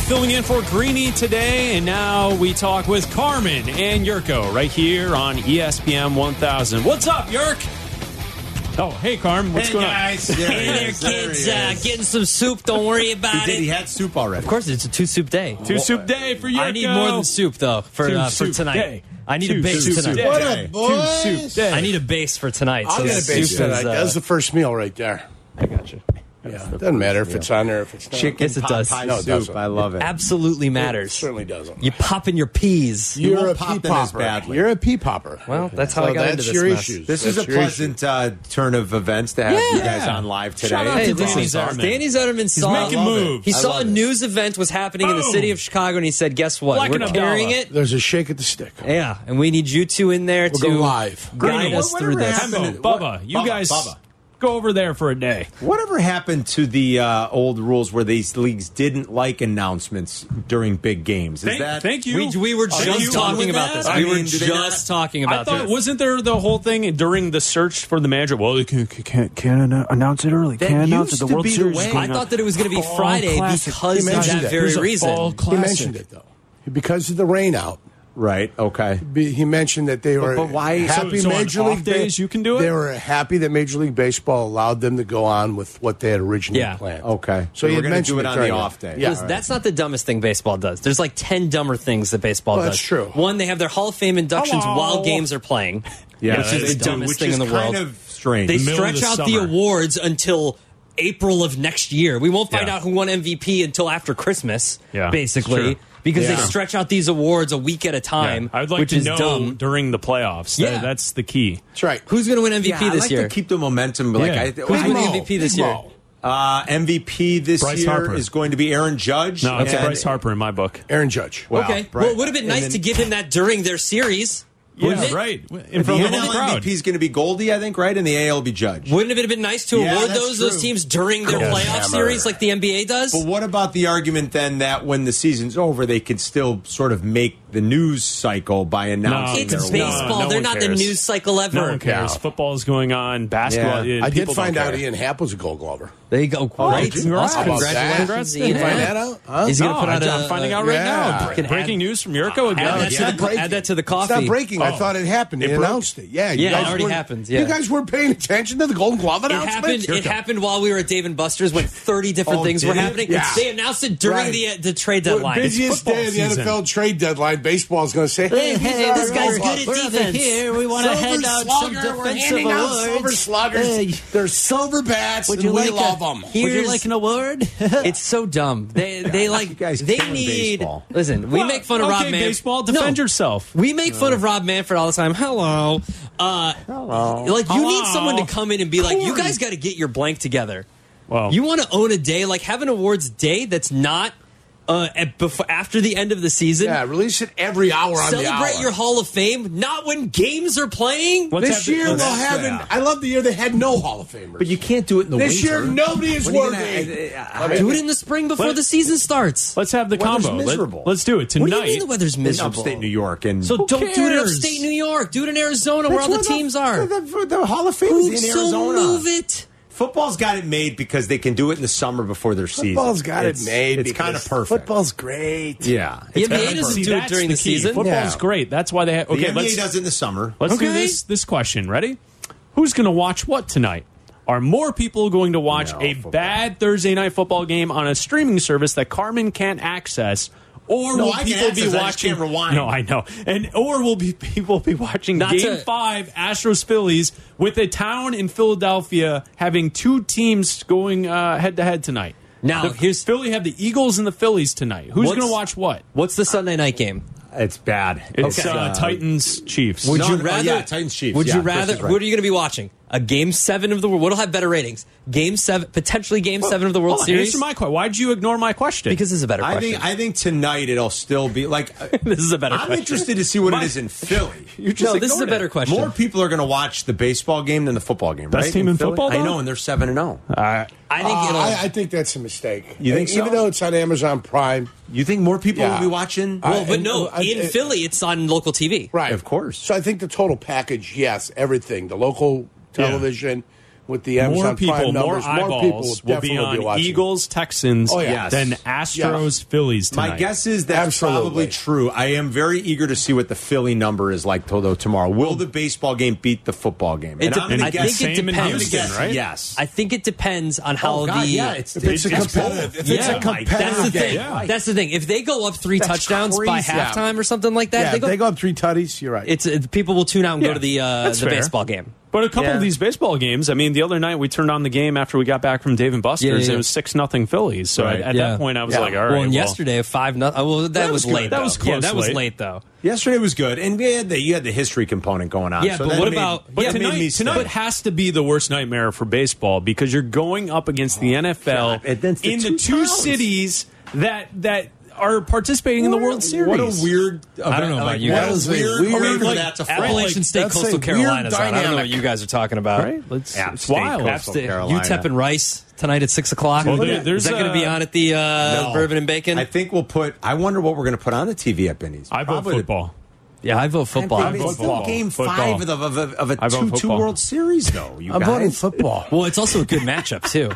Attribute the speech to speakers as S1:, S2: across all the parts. S1: filling in for Greeny today, and now we talk with Carmen and Yurko right here on E ESPN 1000. What's up, Yurk? Oh, hey, Carmen, what's
S2: Hey,
S1: going
S2: guys.
S1: on?
S2: There he
S3: Hey there,
S2: is. There
S3: kids.
S2: he
S3: uh,
S2: is.
S3: getting some soup. Don't worry
S2: He
S3: about
S2: did. He
S3: it.
S2: had soup already.
S3: Of course, it's a two soup day.
S1: Two soup day for Yurko.
S3: I need more than soup though for
S1: Two
S3: uh, for
S1: soup
S3: tonight.
S1: day.
S3: I need
S1: Two
S3: a base
S1: soup
S3: tonight.
S1: day.
S4: What
S2: Okay.
S4: up, boys?
S1: Two soup day.
S3: I need a base for tonight.
S4: I'll
S3: so
S4: get a
S3: soup
S4: base
S3: is,
S4: tonight.
S3: uh,
S4: That's the first meal right there.
S5: I got you.
S4: Yeah, doesn't matter if it's on there, if it's not.
S5: Chicken
S3: Yes, it
S5: pot
S3: does.
S5: pie
S4: No, it
S5: soup.
S4: doesn't.
S5: I love it.
S3: absolutely
S4: It
S3: matters.
S4: certainly doesn't.
S3: You pop in your peas.
S4: You're
S2: won't
S4: a
S2: pop
S4: pea
S2: in as
S4: popper.
S2: badly.
S4: You're a pea popper.
S3: Well, that's how
S4: so
S3: I got
S4: that's
S3: into this
S4: your
S3: mess.
S4: issue.
S5: This is a
S4: That's your
S5: pleasant uh, turn of events to have you guys on live today.
S1: Shout out
S3: Hey,
S1: to
S3: this
S1: Danny
S3: is
S1: Zetterman.
S3: Danny Zetterman saw
S1: making I love it. moves.
S3: He
S1: I
S3: saw
S5: love
S3: a
S5: it.
S3: news event was happening in the
S1: Boom.
S3: city of Chicago, and he said, "Guess what?
S1: Black
S3: We're
S1: and Abdallah.
S3: carrying it."
S4: There's a shake at the stick.
S3: Yeah, and we need you two in there
S4: go
S3: to
S4: live.
S3: guide
S1: Greeny,
S3: us
S1: what-
S3: through
S5: whatever
S3: this.
S5: happened
S1: Tembo, Bubba, you
S5: Bubba,
S1: guys
S5: Bubba.
S1: go over there for a day.
S5: Whatever happened to the uh, old rules where these leagues didn't like announcements during big games? Is
S1: Thank,
S5: that
S1: thank you.
S3: We, we were
S1: Are you
S3: just
S1: with
S3: talking about
S1: that?
S3: this.
S1: I
S3: we
S1: mean,
S3: were
S5: do they
S3: just talking
S1: I
S3: about
S1: thought,
S3: this.
S1: wasn't there the whole thing during the search for the manager? Well, they can't, can't, can't annou- announce it early.
S5: That
S1: can't announce it.
S5: used
S1: The
S5: to
S1: World
S5: be the
S1: Series.
S5: way.
S1: is
S3: I
S1: going
S3: thought
S1: on.
S3: that it was going to be
S1: Fall
S3: Friday
S1: Classic.
S3: because
S4: He
S3: of
S4: mentioned
S3: that
S4: it.
S3: very
S1: There's a fall
S3: reason.
S4: He
S1: classic.
S4: mentioned it though, because of the rain out.
S5: right? Okay.
S4: Be- He mentioned that they were
S5: but why-
S4: happy
S1: So- so on
S4: Major
S1: off
S4: League Ba-
S1: days you can do it?
S4: They were happy that Major League Baseball allowed them to go on with what they had originally
S3: Yeah.
S4: planned.
S5: Okay.
S4: so
S5: They
S4: you
S5: were gonna
S4: mentioned
S5: do it on the
S4: during
S5: off day.
S4: Yeah,
S3: Because That's not the dumbest thing baseball does. There's like 10 dumber things that baseball
S4: Well,
S3: does.
S4: that's true.
S3: One, they have their Hall of Fame inductions
S1: Hello.
S3: while games are playing, which
S5: they
S3: is
S5: do,
S3: the dumbest
S5: which
S3: thing
S5: is
S3: in the
S5: kind
S3: world.
S5: of strange.
S3: they
S1: middle of
S3: stretch out
S1: the
S3: the
S1: summer.
S3: awards until April of next year. We won't find
S1: Yeah.
S3: out who won MVP until after Christmas,
S1: Yeah.
S3: basically,
S1: Sure.
S3: because they
S4: Yeah.
S3: stretch out these awards a week at a time,
S1: I would like
S3: which
S1: to
S3: is
S1: know
S3: dumb.
S1: during the playoffs. That-
S3: Yeah.
S1: that's the key.
S4: that's right.
S3: Who's going to win MVP
S5: yeah, I
S3: this
S5: like
S3: year?
S5: to keep the momentum. But like
S1: Yeah.
S5: I,
S1: Who's
S5: I
S3: Who's winning
S5: know.
S3: MVP this year?
S5: Uh, MVP this
S1: Bryce
S5: year
S1: Harper.
S5: is going to be Aaron Judge.
S1: No, it's
S5: and-
S1: Bryce Harper in my book.
S4: Aaron Judge.
S5: Wow,
S3: Okay.
S5: Bryce-
S3: Well, it would have been
S5: and
S3: nice
S5: then-
S3: to give him that during their series. wouldn't it?
S1: Yeah, right. In
S5: If the
S1: front of the whole
S5: NL
S1: crowd.
S5: MVP is going to be Goldie, I think, right? And the AL will be Judge.
S3: Wouldn't it have been nice to
S5: Yeah,
S3: award
S5: that's
S3: those those
S5: true.
S3: teams during their
S1: Cool.
S3: playoff
S4: Hammer.
S3: series like the NBA does?
S5: But what about the argument then that when the season's over, they could still sort of make the news cycle by announcing
S3: it's
S5: their
S1: No,
S3: baseball.
S1: no
S3: They're
S1: one
S3: not the
S1: cares.
S3: news cycle ever.
S1: No one cares. Football's going on. Basketball.
S5: Yeah.
S1: it-
S4: I did
S1: people
S4: find
S1: don't
S4: out
S1: care.
S4: Ian Happel's a Gold Glover.
S3: There you go. Great.
S5: did you?
S3: Awesome.
S4: How about
S3: Congratulations.
S4: that?
S3: Ian
S4: Did you find
S3: Happ.
S4: that out? Huh?
S3: Is he
S1: No,
S3: going to put out
S1: I'm
S3: a-
S1: finding out
S3: a-
S1: right
S4: Yeah.
S1: now. Bre- Breaking news from Yurko again.
S3: Add that,
S4: Yeah,
S3: to the,
S4: breaking.
S3: add that to the
S4: It's
S3: coffee.
S4: not breaking. I
S1: Oh.
S4: thought it happened.
S1: It
S4: They
S1: broke.
S4: announced it. Yeah, you
S3: Yeah, it
S4: guys
S3: already
S4: weren't-
S3: happened, yeah.
S4: you guys weren't paying attention to the Golden Glove
S3: It
S4: announcement.
S3: happened. It happened while we were at Dave and Buster's when thirty different
S5: Oh,
S3: things
S5: did
S3: were
S5: it?
S3: happening.
S4: Yeah.
S3: They announced it during
S4: Right.
S3: the uh, the trade
S4: The
S3: deadline.
S4: busiest
S1: football
S4: day of the
S1: season.
S4: NFL trade deadline. Baseball is going to say, "Hey, he's our Gold Glove.
S3: at defense. Here, we want to
S4: Silver Slugger, we're handing out Silver Sluggers. They're silver bats, and we love them.
S3: Here's,
S5: an award?
S3: It's so dumb. They they like
S5: you guys
S3: they
S5: killing
S3: need.
S5: baseball.
S3: Listen, we
S1: Well,
S3: make fun of
S1: okay,
S3: Rob Manfred.
S1: baseball, defend yourself.
S3: We make fun of Rob Manfred all the time. Hello, uh, hello. Like you need
S1: Hello.
S3: someone to come in and be like, you guys got to get your blank together.
S1: Well,
S3: You want to own a day like have an awards day that's not uh, at, before, after the end of the season.
S4: Yeah, release it every hour on the hour.
S3: Celebrate your Hall of Fame, not when games are playing.
S1: Let's have
S4: this
S1: the-
S4: year
S1: let's-
S4: they'll have. an-
S5: yeah.
S4: I love the year they had no Hall of Famers.
S5: But you can't do it in the
S4: this
S5: winter.
S4: year nobody is
S5: When are you gonna-
S4: worthy.
S5: I- I- I-
S3: Do it in the spring before
S1: Let-
S3: the season starts.
S1: Let's have the
S5: Weather's
S1: combo.
S5: miserable.
S1: Let, us do it
S3: What
S1: tonight.
S3: do you mean the weather's
S5: in
S3: miserable?
S5: upstate New York, and
S3: So don't do it in
S1: cares?
S3: upstate New York. Do it in Arizona where
S5: That's
S3: all the teams are.
S5: The, the- the Hall of Fame
S3: Ooh,
S5: is in
S3: so
S5: Arizona.
S3: move it.
S5: Football's got it made because they can do it in the summer before their season.
S4: Football's got
S5: It's-
S4: it made.
S5: It's
S4: because
S5: kind of perfect.
S4: Football's great.
S5: yeah.
S3: The
S5: It's
S3: NBA
S5: kinda
S3: doesn't
S5: perfect.
S3: do it
S1: that's
S3: during the
S1: key.
S3: season.
S1: Football's
S4: Yeah.
S1: great. That's why they have. Okay,
S5: the
S1: let's
S5: NBA does it in the summer.
S1: Let's do
S3: Okay.
S1: this this question. Ready? Who's going to watch what tonight? Are more people going to watch
S5: No,
S1: a
S5: football.
S1: bad Thursday night football game on a streaming service that Carmen can't access? Or
S5: No,
S1: will
S5: I can
S1: people be
S5: access, I just
S1: watching?
S5: can't rewind.
S1: No, I know. And or will be people be watching
S3: Not
S1: Game
S3: to-
S1: Five Astros Phillies with a town in Philadelphia having two teams going head to head tonight?
S3: Now,
S1: the
S3: here's-
S1: Philly have the Eagles and the Phillies tonight. Who's
S3: What's-
S1: going to watch what?
S3: What's the Sunday night game?
S5: It's bad.
S1: It's uh, Titans Chiefs.
S3: Would
S5: No,
S3: you
S5: no,
S3: rather?
S5: yeah, Titans, Chiefs,
S3: Would
S5: yeah,
S3: you
S5: Chris
S3: rather?
S5: is right.
S3: What are you going to be watching? A game seven of the world. What'll have better ratings? Game seven, potentially game seven of the World
S1: Hold on,
S3: Series.
S1: oh, Answer my question. Why'd you ignore my question?
S3: because this is a better
S5: I
S3: question.
S5: think I think tonight it'll still be like.
S3: this is a better
S5: I'm
S3: question.
S5: interested to see what
S1: My-
S5: it is in Philly.
S1: You just
S3: no, this is a
S1: ignored
S3: better
S1: it.
S3: question.
S5: More people are going to watch the baseball game than the football game.
S1: Best
S5: right?
S1: team in
S5: Philly?
S1: football,
S5: I
S1: though?
S5: know, and they're seven and zero.
S3: I think
S4: Uh,
S3: it'll.
S4: I, I think that's a mistake.
S5: You think
S4: Even
S5: so?
S4: though it's on Amazon Prime,
S5: You think more people
S4: Yeah. Uh,
S5: will be watching?
S4: Well,
S3: oh, but no,
S4: I- I-
S3: in
S4: I-
S3: Philly, it's on local TV.
S4: right?
S5: Of course.
S4: So I think the total package, yes, everything, the local television,
S6: with the Amazon
S1: more people,
S6: Prime
S1: more
S6: numbers.
S1: eyeballs
S6: more people
S1: will
S6: definitely
S1: be on
S6: watching.
S1: Eagles Texans
S6: Oh, yeah.
S1: than
S5: Yes.
S1: Astros Phillies tonight.
S5: My guess is that's
S6: Absolutely.
S5: probably true. I am very eager to see what the Philly number is like though tomorrow. Will the baseball game beat the football game?
S3: It
S5: And
S3: de-
S5: I'm gonna
S3: I
S5: guess,
S3: think it
S1: same in
S3: depends.
S5: I'm gonna guess
S1: Houston, right?
S5: Yes.
S3: I think it depends on how
S5: oh, God,
S3: the
S5: yeah, it's,
S6: If it's a
S5: it's both.
S6: competitive, if
S3: Yeah,
S6: it's a
S3: Mike,
S6: competitive
S3: That's the
S6: game,
S3: thing.
S1: Yeah.
S3: That's the thing. If they go up three
S5: That's
S3: touchdowns by
S5: crazy. Yeah.
S3: halftime or something like that,
S6: yeah,
S3: they
S6: if
S3: go,
S6: they go up three tutties. You're right.
S3: it's uh, people will tune out and
S1: Yeah,
S3: go to the uh, the
S1: that's fair.
S3: baseball game.
S1: But a couple
S5: Yeah.
S1: of these baseball games, I mean, the other night we turned on the game after we got back from Dave and Buster's,
S3: Yeah, yeah,
S1: and
S3: yeah.
S1: it was six nothing Phillies. So
S5: Right,
S1: at, at
S3: yeah.
S1: that point, I was
S5: Yeah.
S1: like, all right.
S3: well, and
S1: well,
S3: yesterday five nothing. Well, that,
S1: That was
S3: was,
S1: good.
S3: late.
S1: That
S3: though.
S1: was
S3: yeah,
S1: close
S3: that was
S1: late.
S3: late though.
S5: Yesterday was good, and they had the, you had the history component going on.
S3: Yeah,
S5: so
S3: but
S5: that
S3: what
S5: made-
S3: about-
S1: But
S5: that made me
S1: tonight,
S5: stay.
S1: tonight has to be the worst nightmare for baseball because you're going up against the NFL
S5: Oh, God, and then it's the
S1: in
S5: two
S1: the two
S5: towns.
S1: cities that that are participating in the World Series.
S5: What a weird.
S3: I don't
S5: event,
S3: know about
S5: like,
S3: you
S5: what
S3: guys.
S5: a weird,
S6: Weird,
S5: way for
S6: like,
S5: that to fall.
S3: Appalachian State,
S6: that's a
S3: Coastal
S6: weird
S3: Carolina's on. I don't know what
S6: dynamic.
S3: you guys are talking about.
S1: Right? Let's,
S5: App
S1: it's
S5: State,
S1: wild.
S5: Coastal
S3: App State-
S5: Carolina.
S3: UTEP and Rice tonight at six o'clock.
S1: Well, there-
S3: Is
S1: there's
S3: that going to
S1: a-
S3: be on at the uh,
S5: No.
S3: Bourbon and Bacon?
S5: I think we'll put. I wonder what we're going to put on the TV at Benny's.
S1: I vote
S5: Probably the-
S1: football.
S3: yeah, I vote
S5: I
S3: football.
S5: mean,
S1: vote
S5: it's still
S1: football.
S5: game
S1: Football.
S5: five of, the, of, a- of a
S1: I vote
S5: two-two
S1: football.
S5: World Series, though. You
S6: I'm voting
S5: guys,
S6: football.
S3: Well, it's also a good matchup too.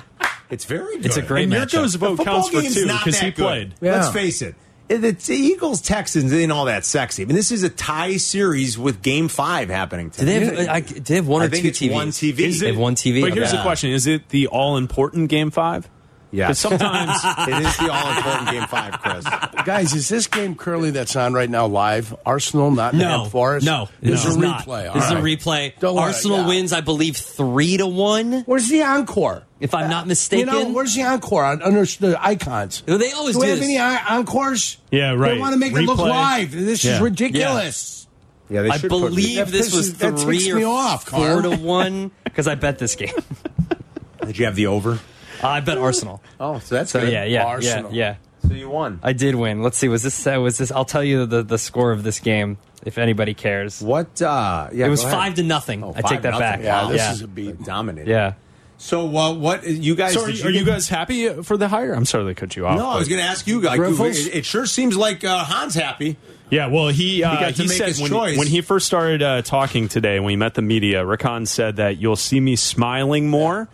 S5: it's very. Good.
S3: It's a great
S1: And
S3: matchup.
S1: Yurko's
S5: The
S1: vote
S5: football
S1: counts for
S5: game's
S1: two
S5: not
S1: because
S5: that
S1: he
S5: good.
S1: played.
S6: Yeah.
S5: Let's face it. It- It's Eagles Texans ain't all that sexy. I mean, this is a tie series with Game Five happening.
S3: Do they
S5: Today.
S3: have? I, do they have one
S5: I
S3: or
S5: think
S3: two
S5: it's
S3: TVs?
S5: one TV.
S1: Is
S3: They have
S1: it-
S3: one TV.
S1: But here's
S3: Okay.
S1: the question: Is it the all important game five?
S5: Yeah.
S1: 'Cause sometimes
S5: it is the all-important Game Five, Chris.
S6: Guys, is this game curly that's on right now live? Arsenal, not
S3: No,
S6: Forest.
S3: no,
S6: there's
S3: no.
S6: a
S3: It's not.
S6: replay. all
S3: This is a
S6: right.
S3: replay.
S6: Don't worry,
S3: Arsenal
S6: yeah.
S3: wins, I believe, three to one.
S6: Where's the encore?
S3: If I'm not
S6: You
S3: mistaken,
S6: know, where's the encore on under the icons?
S3: No, they always
S6: do we
S3: do
S6: have
S3: this.
S6: any en- encores?
S1: Yeah, right.
S6: They want to make it look
S1: Replay.
S6: live. This
S1: Yeah.
S6: is ridiculous.
S5: Yeah, they
S3: I
S5: should put-
S3: believe
S6: That
S3: this was
S6: pisses- that
S3: three
S6: ticks
S3: or
S6: me off,
S3: four
S6: Carl.
S3: to one because I bet this game.
S5: Did you have the over?
S3: I bet Arsenal.
S5: Oh, so that's
S3: So
S5: good.
S3: yeah, yeah,
S6: Arsenal.
S3: yeah, yeah.
S5: So you won.
S3: I did win. Let's see. Was this? Uh, was this? I'll tell you the the score of this game if anybody cares.
S5: What? Uh, yeah,
S3: It was
S5: go ahead.
S3: five to nothing.
S5: Oh,
S3: I
S5: five
S3: take that
S5: nothing.
S3: back.
S6: Yeah,
S5: Wow.
S6: this
S3: yeah.
S6: is a beat.
S5: dominated.
S3: yeah.
S5: So uh, what? You guys?
S1: So are,
S5: did
S1: are you
S5: get-
S1: guys happy for the hire? I'm sorry they cut you off.
S5: No, I
S1: but-
S5: was going to ask you guys.
S6: Griffles?
S5: It, it sure seems like uh, Hans happy.
S1: Yeah, well, he uh, he,
S5: got to make
S1: said
S5: his
S1: when,
S5: choice.
S1: when he first started uh, talking today, when he met the media, Rakan said that you'll see me smiling more.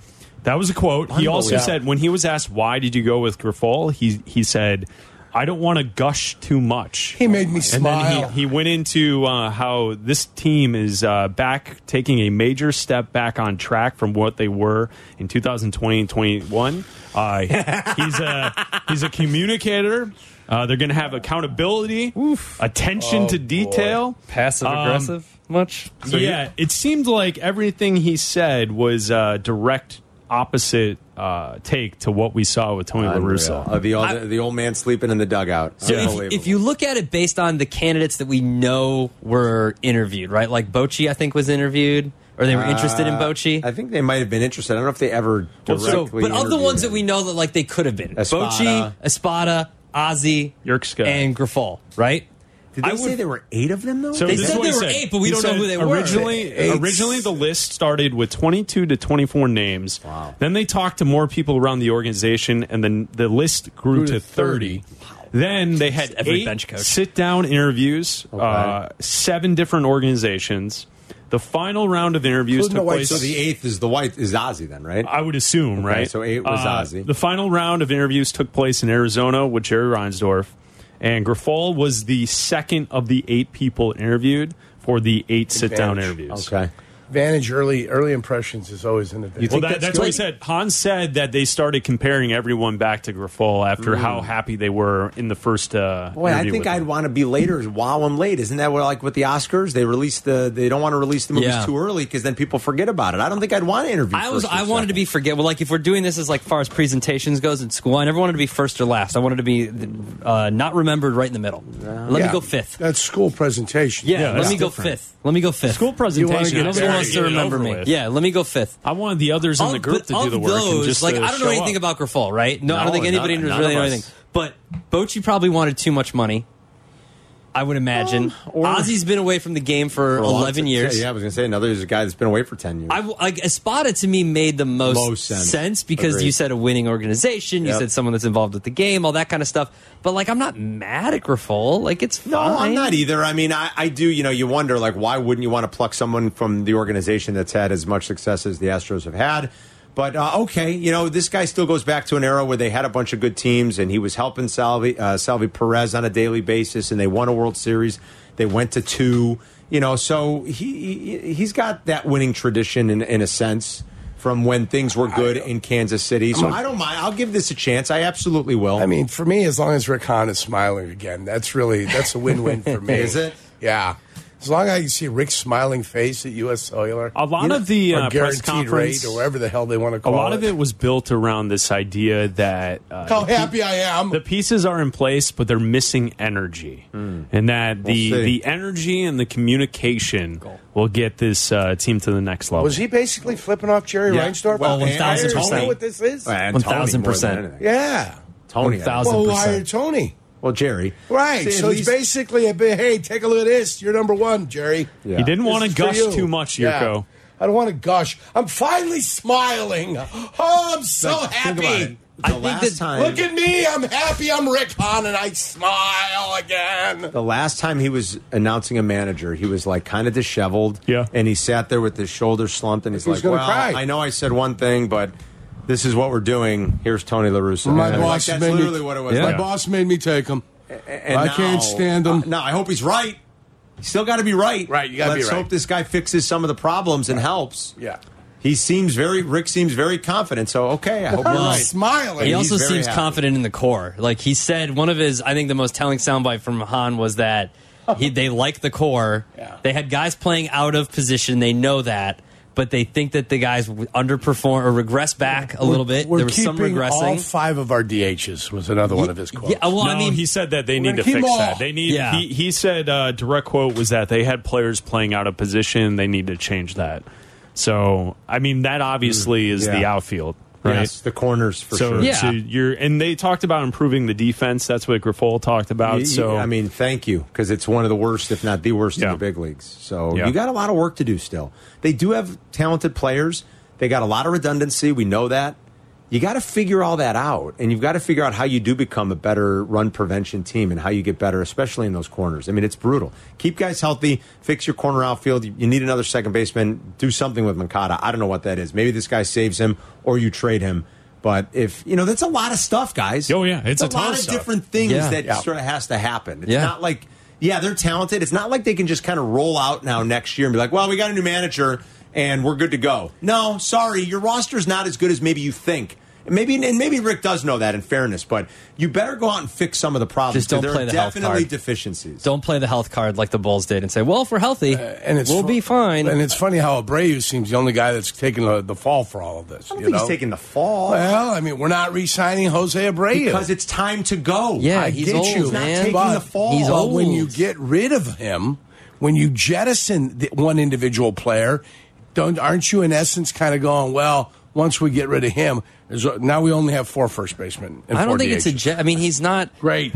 S1: That was a quote. He also
S6: Unbelievable.
S1: said when he was asked why did you go with Grafol, he he said. I don't want to gush too much.
S6: He made me
S1: And
S6: smile.
S1: then he, he went into uh, how this team is uh, back, taking a major step back on track from what they were in 2020 and 21. Uh, he's, a, he's a communicator. Uh, they're going to have accountability, attention to detail.
S3: Passive
S1: Um,
S3: aggressive much?
S1: yeah, it seemed like everything he said was uh, direct opposite uh, take to what we saw with Tony La Russa.
S5: Uh, the, old, the old man sleeping in the dugout.
S3: So if,
S5: Unbelievable.
S3: if you look at it based on the candidates that we know were interviewed, right? Like Bochy, I think was interviewed, or they were interested in
S5: Uh,
S3: Bochy.
S5: I think they might have been interested. I don't know if they ever
S1: Well,
S5: directly.
S1: so-
S3: but of the ones that we
S5: interviewed
S3: know that like they could have been
S5: Espada.
S3: Bochy, Espada, Ozzy,
S1: Yerkes guy.
S3: and Grafal, right?
S5: him. Did
S3: I
S5: they say
S3: would-
S5: there were eight of them though?
S1: So
S3: They
S1: this is
S3: said
S1: what he
S3: there were eight, but we
S1: He
S3: don't know
S1: said
S3: who they were.
S1: originally,
S6: Eight.
S1: Originally, the list started with 22 to 24 names.
S5: Wow.
S1: Then they talked to more people around the organization, and then the list grew,
S6: Grew
S1: to,
S6: to
S1: 30. Then they had
S3: every
S1: eight
S3: bench coach.
S1: sit-down interviews, uh, seven different organizations. The final round of interviews
S6: Including
S1: took
S6: the White
S1: place.
S5: so the eighth is the white is Ozzy then, right?
S1: I would assume, right? Uh,
S5: so eight was Ozzie.
S1: The final round of interviews took place in Arizona with Jerry Reinsdorf, and Grafal was the second of the eight people interviewed for the eight sit-down interviews.
S5: okay.
S6: Advantage early early impressions is always an advantage.
S1: Well,
S5: think
S1: that,
S5: that's
S1: that's what he
S5: good?
S1: said. Hans said that they started comparing everyone back to Grafal after how happy they were in the first. Uh,
S5: Mm. Boy, I
S1: interview
S5: think
S1: with
S5: I'd
S1: him.
S5: want to be later. Wow, I'm late. Isn't that what, like with the Oscars? They release the they don't want to release the movies
S3: Yeah.
S5: too early because then people forget about it. I don't think I'd want to interview.
S3: I was
S5: first or
S3: I wanted to
S5: second.
S3: be forget. Well, like if we're doing this as like far as presentations goes in school, I never wanted to be first or last. I wanted to be uh, not remembered right in the middle. Let me
S6: Yeah.
S3: go fifth.
S6: That's school presentation.
S3: Yeah,
S1: Yeah,
S3: let
S1: that's
S3: me go
S1: different.
S3: fifth. Let me go fifth.
S1: school presentation.
S6: get
S1: I barely
S3: Nobody wants to
S1: get it
S3: remember
S1: over
S3: me.
S1: with.
S3: Yeah, let me go fifth.
S1: I wanted the others in the
S3: Of-
S1: group
S3: but
S1: to do
S3: of
S1: the work.
S3: Those,
S1: and just
S3: like
S1: to
S3: I don't know
S1: show
S3: anything
S1: up.
S3: about Grafal, right? No, I don't
S5: No,
S3: think anybody
S5: none-
S3: knows
S5: none
S3: really
S5: of
S3: know
S5: us.
S3: anything. But Bochy probably wanted too much money. I would imagine.
S5: or-
S3: Ozzy's been away from the game
S5: For
S3: for,
S5: a lot
S3: 11
S5: of-
S3: years.
S5: Yeah, I was gonna say another is a guy that's been away for ten years.
S3: I like Espada to me made the most,
S5: Most sense.
S3: sense. because
S5: Agreed.
S3: you said a winning organization, you
S5: Yep.
S3: said someone that's involved with the game, all that kind of stuff. But like, I'm not mad at Grafol. Like, it's
S5: No,
S3: fine.
S5: I'm not either. I mean, I, I do, you know, you wonder, like, why wouldn't you want to pluck someone from the organization that's had as much success as the Astros have had? But, uh, okay, you know, this guy still goes back to an era where they had a bunch of good teams and he was helping Salvi, uh, Salvi Perez on a daily basis and they won a World Series. They went to two, you know, so he, he, he's got that winning tradition in, in a sense. From when things were good in Kansas City, so I don't mind. I'll give this a chance. I absolutely will.
S4: I mean, for me, as long as Rick Hahn is smiling again, that's really that's a win-win for me.
S5: Is it?
S4: Yeah. As long as I can see Rick's smiling face at U.S. Cellular,
S1: A lot
S4: you
S1: of the,
S4: or
S1: uh, press
S4: guaranteed
S1: conference-
S4: rate or whatever the hell they want to
S1: A
S4: call
S1: lot of it was built around this idea that uh,
S4: How happy I am!
S1: the pieces are in place, but they're missing energy, and that the
S5: We'll see.
S1: the energy and the communication will get this uh, team to the next level.
S4: was Oh, he basically flipping off Jerry
S5: Yeah.
S4: Reinsdorf?
S5: Well,
S4: Well,
S3: 1000%.
S4: what this is?
S5: And Uh, Tony, more than
S3: 1000%.
S5: anything.
S4: Yeah.
S5: Tony, I think.
S3: 1000%.
S4: Well, why Tony?
S5: Well, Jerry.
S4: Right.
S5: See, at
S4: so it's
S5: least-
S4: basically a big, hey, take a look at this. You're number one, Jerry.
S5: Yeah.
S1: He didn't want to
S4: This is for
S1: gush
S4: you.
S1: too much,
S4: Yeah.
S1: Yurko.
S4: I don't want to gush. I'm finally smiling. Oh, I'm so
S5: Like, think about
S4: happy.
S5: it. The
S3: think
S5: last
S3: that-
S5: time,
S4: Look at me. I'm happy. I'm Rick Hahn, and I smile again.
S5: the last time he was announcing a manager, he was like kind of disheveled.
S1: Yeah.
S5: and he sat there with his shoulders slumped, and he's
S4: He was
S5: like,
S4: gonna
S5: "Well,
S4: cry."
S5: I know I said one thing, but this is what we're doing. Here's Tony La Russa."
S4: My
S5: And I'm
S4: boss
S5: like,
S4: made
S5: that's
S4: me-
S5: literally what it was.
S1: Yeah.
S5: Like,
S4: My boss made me take him.
S5: and
S4: I
S5: now-
S4: can't stand him.
S5: uh, no, I hope he's right. You Still got to be right.
S4: Right, you gotta be
S5: Let's
S4: right.
S5: hope this guy fixes some of the problems and helps.
S4: Yeah.
S5: He seems very Rick seems very confident. So okay, I hope you're
S4: I'm
S5: right.
S4: smiling.
S3: He
S5: He's
S3: also
S5: very
S3: seems
S5: happy.
S3: confident in the core. Like he said, one of his, I think the most telling soundbite from Han was that he, they like the core.
S4: Yeah.
S3: They had guys playing out of position. They know that, but they think that the guys w- underperform or regress back a little bit.
S4: We're
S3: there was some
S4: keeping all
S3: regressing.
S4: five of our DHs was another one of his quotes.
S3: yeah, well,
S1: no,
S3: I mean,
S1: he said that they need
S4: gonna
S1: to
S4: keep
S1: fix
S4: all.
S1: that. They need.
S3: Yeah.
S1: He, he said uh, direct quote was that they had players playing out of position. They need to change that. So I mean that obviously is
S5: yeah.
S1: the outfield, right?
S5: Yes, the corners for
S1: So,
S5: sure.
S3: Yeah.
S1: so you're and they talked about improving the defense. That's what Grafol talked about.
S5: You- you-
S1: so
S5: I mean, thank you because it's one of the worst, if not the worst,
S1: Yeah.
S5: in the big leagues. So
S1: Yeah.
S5: you got a lot of work to do still. They do have talented players. They got a lot of redundancy. We know that. You got to figure all that out, and you've got to figure out how you do become a better run prevention team and how you get better, especially in those corners. I mean, it's brutal. Keep guys healthy. Fix your corner outfield. You need another second baseman. Do something with Mankata. I don't know what that is. Maybe this guy saves him, or you trade him. But if you know, that's a lot of stuff, guys.
S1: Oh, yeah. It's a
S5: a,
S1: ton
S5: lot
S1: of
S5: of
S1: stuff.
S5: different things
S3: Yeah.
S5: that
S4: Yeah.
S5: sort of has to happen. It's
S3: Yeah.
S5: not like yeah, they're talented. It's not like they can just kind of roll out now next year and be like, well, we got a new manager and we're good to go. No, sorry, your roster's not as good as maybe you think. And Maybe and maybe Rick does know that in fairness, but you better go out and fix some of the problems.
S3: Just don't
S5: 'cause there
S3: play
S5: are
S3: the health
S5: definitely
S3: card.
S5: deficiencies.
S3: don't play the health card like the Bulls did and say, well, if we're healthy,
S4: Uh, and it's
S3: we'll
S4: fu-
S3: be fine.
S4: And it's funny how Abreu seems the only guy that's taking the, the fall for all of this.
S5: I don't
S4: you
S5: think
S4: know?
S5: he's taking the fall
S4: Well, I mean, we're not re-signing Jose Abreu
S5: because it's time to go.
S3: Yeah,
S5: I
S3: he's
S5: get
S3: old,
S5: you. He's not
S3: man.
S5: taking
S4: But-
S5: the fall.
S3: He's
S4: but
S3: old.
S4: when you get rid of him, when you jettison the one individual player, don't aren't you in essence kind of going, well, once we get rid of him, there's, now we only have four first basemen. And
S3: I
S4: four
S3: don't think it's a.
S4: DHs.
S3: Je- I mean, he's not.
S4: great.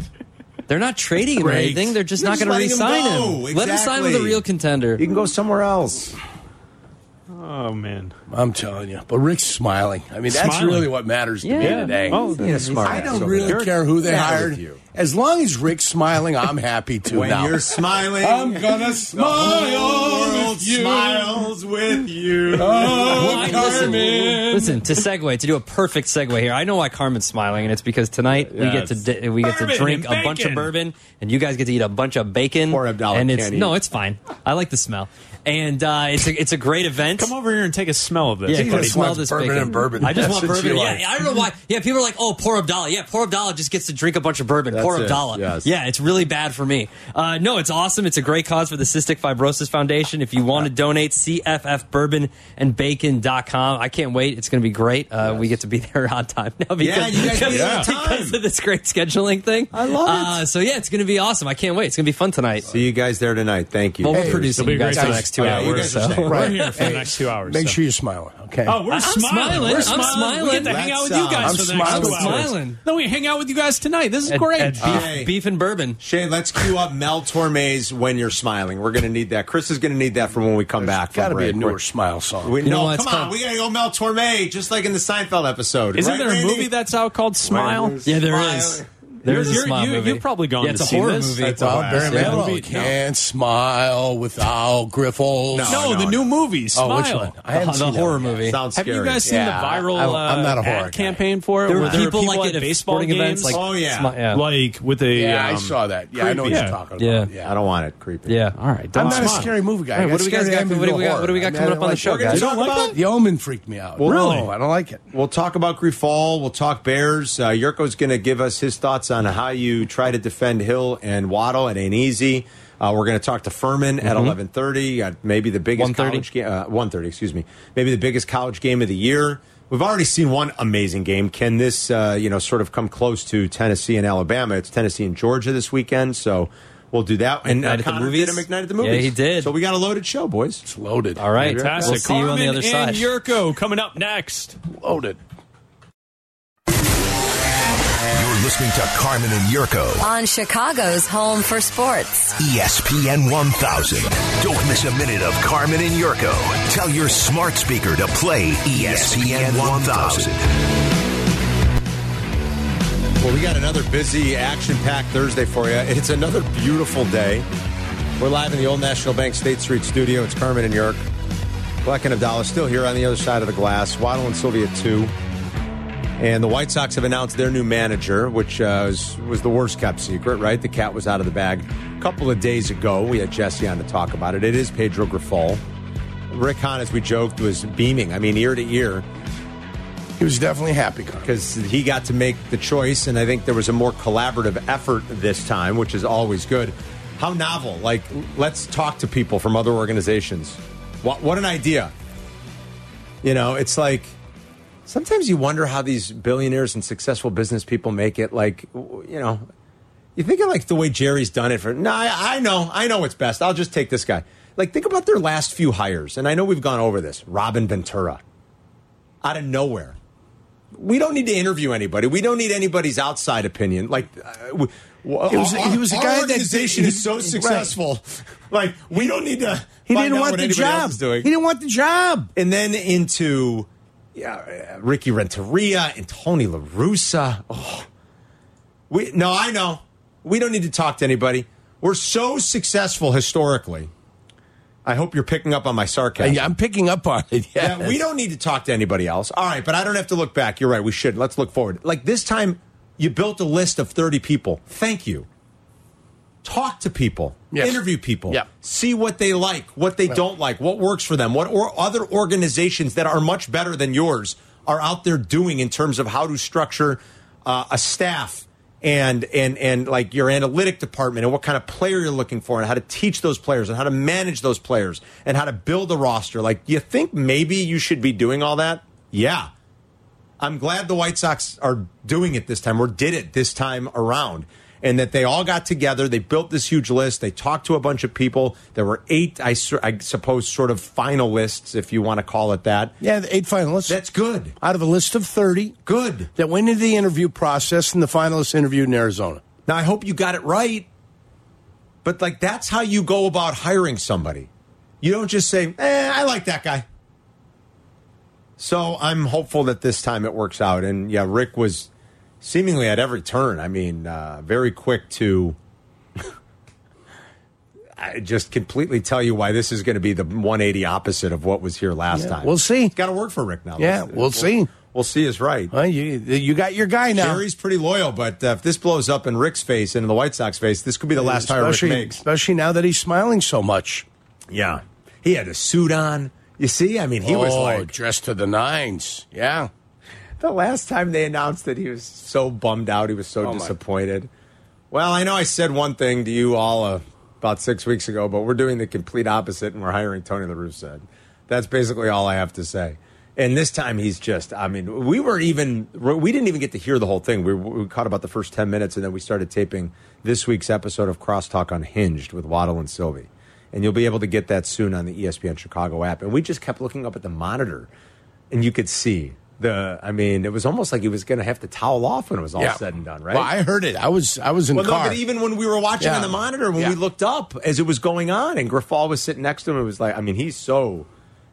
S3: They're not trading him or
S4: Great.
S3: anything. They're just
S5: You're
S3: not
S5: just
S3: going to
S5: letting him
S3: re-sign him.
S5: go.
S3: Let him sign with a
S5: Exactly.
S3: real contender.
S5: You can go somewhere else.
S1: oh man,
S4: I'm telling you, but Rick's smiling. I mean, that's
S1: Smiling.
S4: really what matters to me
S3: Yeah.
S4: today.
S1: Oh,
S5: Being a smart
S4: I
S5: ass
S4: don't
S5: over
S4: really
S5: there.
S4: care who they
S5: Yeah, with
S4: hired.
S5: you.
S4: As long as Rick's smiling, I'm happy to
S5: When
S4: now.
S5: you're smiling,
S4: I'm gonna
S5: The whole
S4: smile
S5: world
S4: with you.
S5: smiles with you. Oh,
S3: Why- listen, listen, to segue, to do a perfect segue here. I know why Carmen's smiling, and it's because tonight we get to di- we get to
S1: Bourbon
S3: drink
S1: and
S3: a bunch of
S1: bacon.
S3: bourbon, and you guys get to eat a bunch of bacon.
S5: Poor Abdallah
S3: and it's
S5: can't eat.
S3: no, it's fine. I like the smell, and uh, it's a, it's a great event.
S1: come over here and take a smell of this.
S3: Yeah,
S4: He
S3: buddy.
S4: just
S3: smell
S4: wants
S3: this
S4: bourbon
S3: bacon.
S4: and bourbon.
S3: I just
S4: That's
S3: want
S4: what
S3: bourbon.
S4: you
S3: Yeah,
S4: like.
S3: I don't know why. Yeah, people are like, "Oh, poor Abdallah." Yeah, poor Abdallah just gets to drink a bunch of bourbon. poor
S5: That's it,
S3: Abdallah.
S5: yes.
S3: Yeah, it's really bad for me. Uh, no, it's awesome. It's a great cause for the Cystic Fibrosis Foundation. If you want to donate, cffbourbonandbacon.com. I can't wait. It's going to be great. Uh, We get to be there on time now because,
S5: you guys
S3: because,
S5: be there on time.
S3: because of this great scheduling thing. I
S5: love it.
S3: Uh, so yeah, it's going to be awesome. I can't wait. It's going to be fun tonight.
S5: See you guys there tonight. Thank you.
S3: well, we're
S4: Hey,
S3: producing
S1: it'll be
S3: you guys
S1: great
S3: for the
S1: time. Oh,
S3: next two
S5: Yeah, you
S3: hours.
S5: guys are
S3: so.
S5: staying.
S1: We're here for the next two hours.
S4: Make
S1: so.
S4: sure you're smiling, okay?
S1: Oh, we're
S3: I'm
S1: smiling.
S3: smiling.
S1: We're
S3: I'm
S1: smiling. We
S3: smiling.
S1: get to hang out
S5: Let's,
S1: with you
S5: uh,
S1: guys
S4: I'm
S1: for the next
S4: smiling.
S1: two hours.
S3: Smiling.
S1: No, we hang out with you guys tonight. This is
S3: At-
S1: great.
S3: at Beef, beef and bourbon.
S5: Shane, let's cue up Mel Torme's "When You're Smiling." We're going to need that. Chris is going to need that for when we come back.
S4: Got to
S5: from
S4: be a
S5: break.
S4: newer
S5: We're-
S4: smile song.
S5: We,
S3: You know
S5: no,
S3: what it's
S5: come on,
S3: called?
S5: we got to go Mel Torme, just like in the Seinfeld episode.
S1: Isn't
S5: right,
S1: there a
S5: Randy?
S1: movie that's out called Smile?
S5: There's-
S3: Yeah, there
S5: Smile.
S3: is. There is a
S1: You're-
S3: smile
S1: you-
S3: movie.
S1: you've probably gone
S3: Yeah, it's
S1: to
S3: a
S1: see
S3: horror
S1: this.
S3: movie.
S5: That's
S4: Well,
S5: a
S4: Barry
S5: blast.
S4: Manilow
S1: Yeah.
S4: can't smile without Griffles.
S5: No.
S1: No, the
S5: no.
S1: new movie, Smile.
S4: Oh, which one? I
S3: The,
S4: haven't
S3: the
S4: seen that
S3: horror
S4: one yet.
S3: movie.
S5: Sounds
S1: Have
S5: scary.
S1: you guys seen
S4: Yeah,
S1: the viral
S4: I- I'm
S1: uh,
S4: not a horror
S1: ad
S4: guy.
S1: campaign for it?
S3: There
S1: where
S3: were people,
S1: people
S3: like
S1: at
S3: at
S1: baseball
S3: sporting
S1: games.
S3: events, like
S5: Oh, yeah.
S3: smi- yeah.
S1: like with a
S4: Yeah, I
S1: um,
S4: saw that. Yeah, I know what
S1: creepy-
S4: you're talking
S3: Yeah.
S4: about.
S5: I don't want it. Creepy.
S3: Yeah.
S1: All right,
S4: I'm
S1: don't
S4: not a
S1: smile.
S4: scary movie guy. I
S3: Hey, what do we
S4: got
S3: guys
S4: scared of
S3: got- what do we
S4: ambulatory
S3: got- what do we got
S4: horror. I
S3: coming
S4: mean,
S3: up
S4: I
S3: on the
S4: like
S3: show,
S4: it.
S3: guys?
S5: You
S4: You don't
S5: don't like
S4: like
S5: that?
S4: The Omen freaked me out.
S5: Really?
S4: No, I don't like it.
S5: We'll talk about Griffall. We'll talk Bears. Uh, Yurko's going to give us his thoughts on how you try to defend Hill and Waddle. It ain't easy. Uh, we're going to talk to Furman at
S3: Mm-hmm.
S5: eleven thirty. Uh, maybe the biggest
S3: 1:30?
S5: college game. Uh, One thirty, excuse me. Maybe the biggest college game of the year. We've already seen one amazing game. Can this, uh, you know, sort of come close to Tennessee and Alabama? It's Tennessee and Georgia this weekend, so we'll do that. And uh,
S3: Night at the
S5: Connor
S3: movies?
S5: did a McKnight at the
S3: Yeah,
S5: movies.
S3: he did.
S5: So we got a loaded show, boys.
S4: It's loaded.
S3: All right.
S1: Fantastic.
S3: We'll see you on the
S1: Carmen
S3: other side.
S1: And Yurko coming up next.
S4: Loaded.
S7: You're listening to Carmen and Yurko, E
S8: on Chicago's home for sports.
S7: ESPN 1000. Don't miss a minute of Carmen and Yurko. Tell your smart speaker to play E ESPN 1000.
S5: Well, we got another busy, action packed Thursday for you. It's another beautiful day. We're live in the Old National Bank State Street studio. It's Carmen and York. Black and Abdallah still here on the other side of the glass. Waddle and Sylvia, too. And the White Sox have announced their new manager, which uh, was, was the worst kept secret, right? The cat was out of the bag a couple of days ago. We had Jesse on to talk about it. It is Pedro Grifol. Rick Hahn, as we joked, was beaming, I mean, ear to ear
S4: He was definitely happy. Carmen.
S5: because he got to make the choice, and I think there was a more collaborative effort this time, which is always good. How novel! Like, let's talk to people from other organizations. What, what an idea! You know, it's like sometimes you wonder how these billionaires and successful business people make it. Like, w- you know, you think of like the way Jerry's done it for. No, I, I know, I know what's best. I'll just take this guy. Like, think about their last few hires, and I know we've gone over this. Robin Ventura, out of nowhere we don't need to interview anybody. We don't need anybody's outside opinion. Like, uh, we,
S4: It was-
S5: our,
S4: he was a
S5: our
S4: guy that-
S5: organization
S4: he-
S5: is so
S4: right.
S5: successful. Like, we don't need to.
S4: He
S5: find
S4: didn't
S5: out
S4: want
S5: what
S4: the
S5: anybody
S4: job.
S5: else is doing.
S4: He didn't want the job.
S5: and then into yeah, uh, Ricky Renteria and Tony La Russa. Oh, we no, I know. We don't need to talk to anybody. We're so successful historically. I hope you're picking up on my sarcasm.
S4: And I'm picking up on it. Yeah,
S5: Yeah, we don't need to talk to anybody else. All right, but I don't have to look back. You're right. We should. Let's look forward. Like this time, you built a list of 30 people. Thank you. Talk to people,
S4: Yes.
S5: interview people,
S4: Yeah.
S5: see what they like, what they don't like, what works for them, what or other organizations that are much better than yours are out there doing in terms of how to structure uh, a staff and and and like your analytic department and what kind of player you're looking for and how to teach those players and how to manage those players and how to build a roster. Like you think maybe you should be doing all that? Yeah. I'm glad the White Sox are doing it this time or did it this time around. And that they all got together, they built this huge list, they talked to a bunch of people. There were eight, I, su- I suppose, sort of finalists, if you want to call it that.
S4: Yeah, the eight finalists.
S5: That's good.
S4: out of a list of 30
S5: Good.
S4: that went into the interview process and the finalists interviewed in Arizona.
S5: Now, I hope you got it right, but like that's how you go about hiring somebody. You don't just say, eh, I like that guy. So I'm hopeful that this time it works out. And yeah, Rick was seemingly at every turn. I mean, uh, very quick to I just completely tell you why this is going to be the 180 opposite of what was here last
S4: Yeah,
S5: time.
S4: we'll see.
S5: Got to work for Rick now.
S4: Yeah,
S5: Let's- uh,
S4: we'll see.
S5: We'll see is right.
S4: Well, you, you got your guy now.
S5: Jerry's pretty loyal, but uh, if this blows up in Rick's face and in the White Sox face, this could be the last hire Rick
S4: especially,
S5: makes.
S4: especially now that he's smiling so much.
S5: Yeah, he had a suit on. You see, I mean, he was
S4: Oh,
S5: like
S4: dressed to the nines. Yeah.
S5: the last time they announced that he was so bummed out, he was so
S4: Oh, my.
S5: disappointed. Well, I know I said one thing to you all uh, about six weeks ago, but we're doing the complete opposite, and we're hiring Tony La Russa. That's basically all I have to say. And this time he's just, I mean, we were even, we didn't even get to hear the whole thing. We, we caught about the first 10 minutes, and then we started taping this week's episode of Crosstalk Unhinged with Waddle and Sylvie. And you'll be able to E get that soon on the ESPN Chicago app. And we just kept looking up at the monitor, and you could see the. I mean, it was almost like he was going to have to towel off when it was all
S4: Yeah.
S5: said and done, right?
S4: Well, I heard it. I was I was in
S5: Well,
S4: the car.
S5: no, but even when we were watching
S4: Yeah.
S5: on the monitor, when
S4: Yeah.
S5: we looked up as it was going on, and Grafal was sitting next to him, it was like, I mean, he's so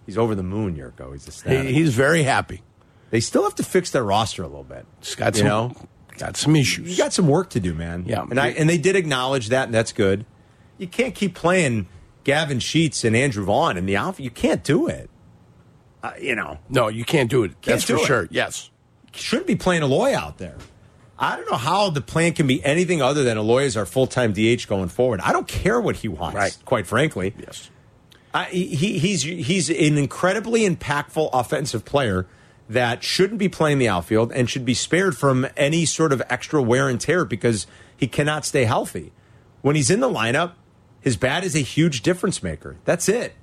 S5: he's over the moon, Yurko. He's ecstatic.
S4: He- he's very happy.
S5: they still have to fix their roster a little bit.
S4: He's got
S5: you
S4: some
S5: know,
S4: got some
S5: you
S4: issues.
S5: got some work to do, man.
S4: Yeah.
S5: and I and they did acknowledge that, and that's good. You can't keep playing Gavin Sheets and Andrew Vaughn in the outfield. You can't do it. Uh, you know,
S4: no, you can't do it. That's
S5: do
S4: for
S5: it.
S4: sure. Yes.
S5: shouldn't be playing Aloy out there. I don't know how the plan can be anything other than Aloy is our full time DH going forward. I don't care what he wants,
S4: Right.
S5: quite frankly.
S4: Yes.
S5: I, he, he's he's an incredibly impactful offensive player that shouldn't be playing the outfield and should be spared from any sort of extra wear and tear because he cannot stay healthy. When he's in the lineup, his bat is a huge difference maker. That's it.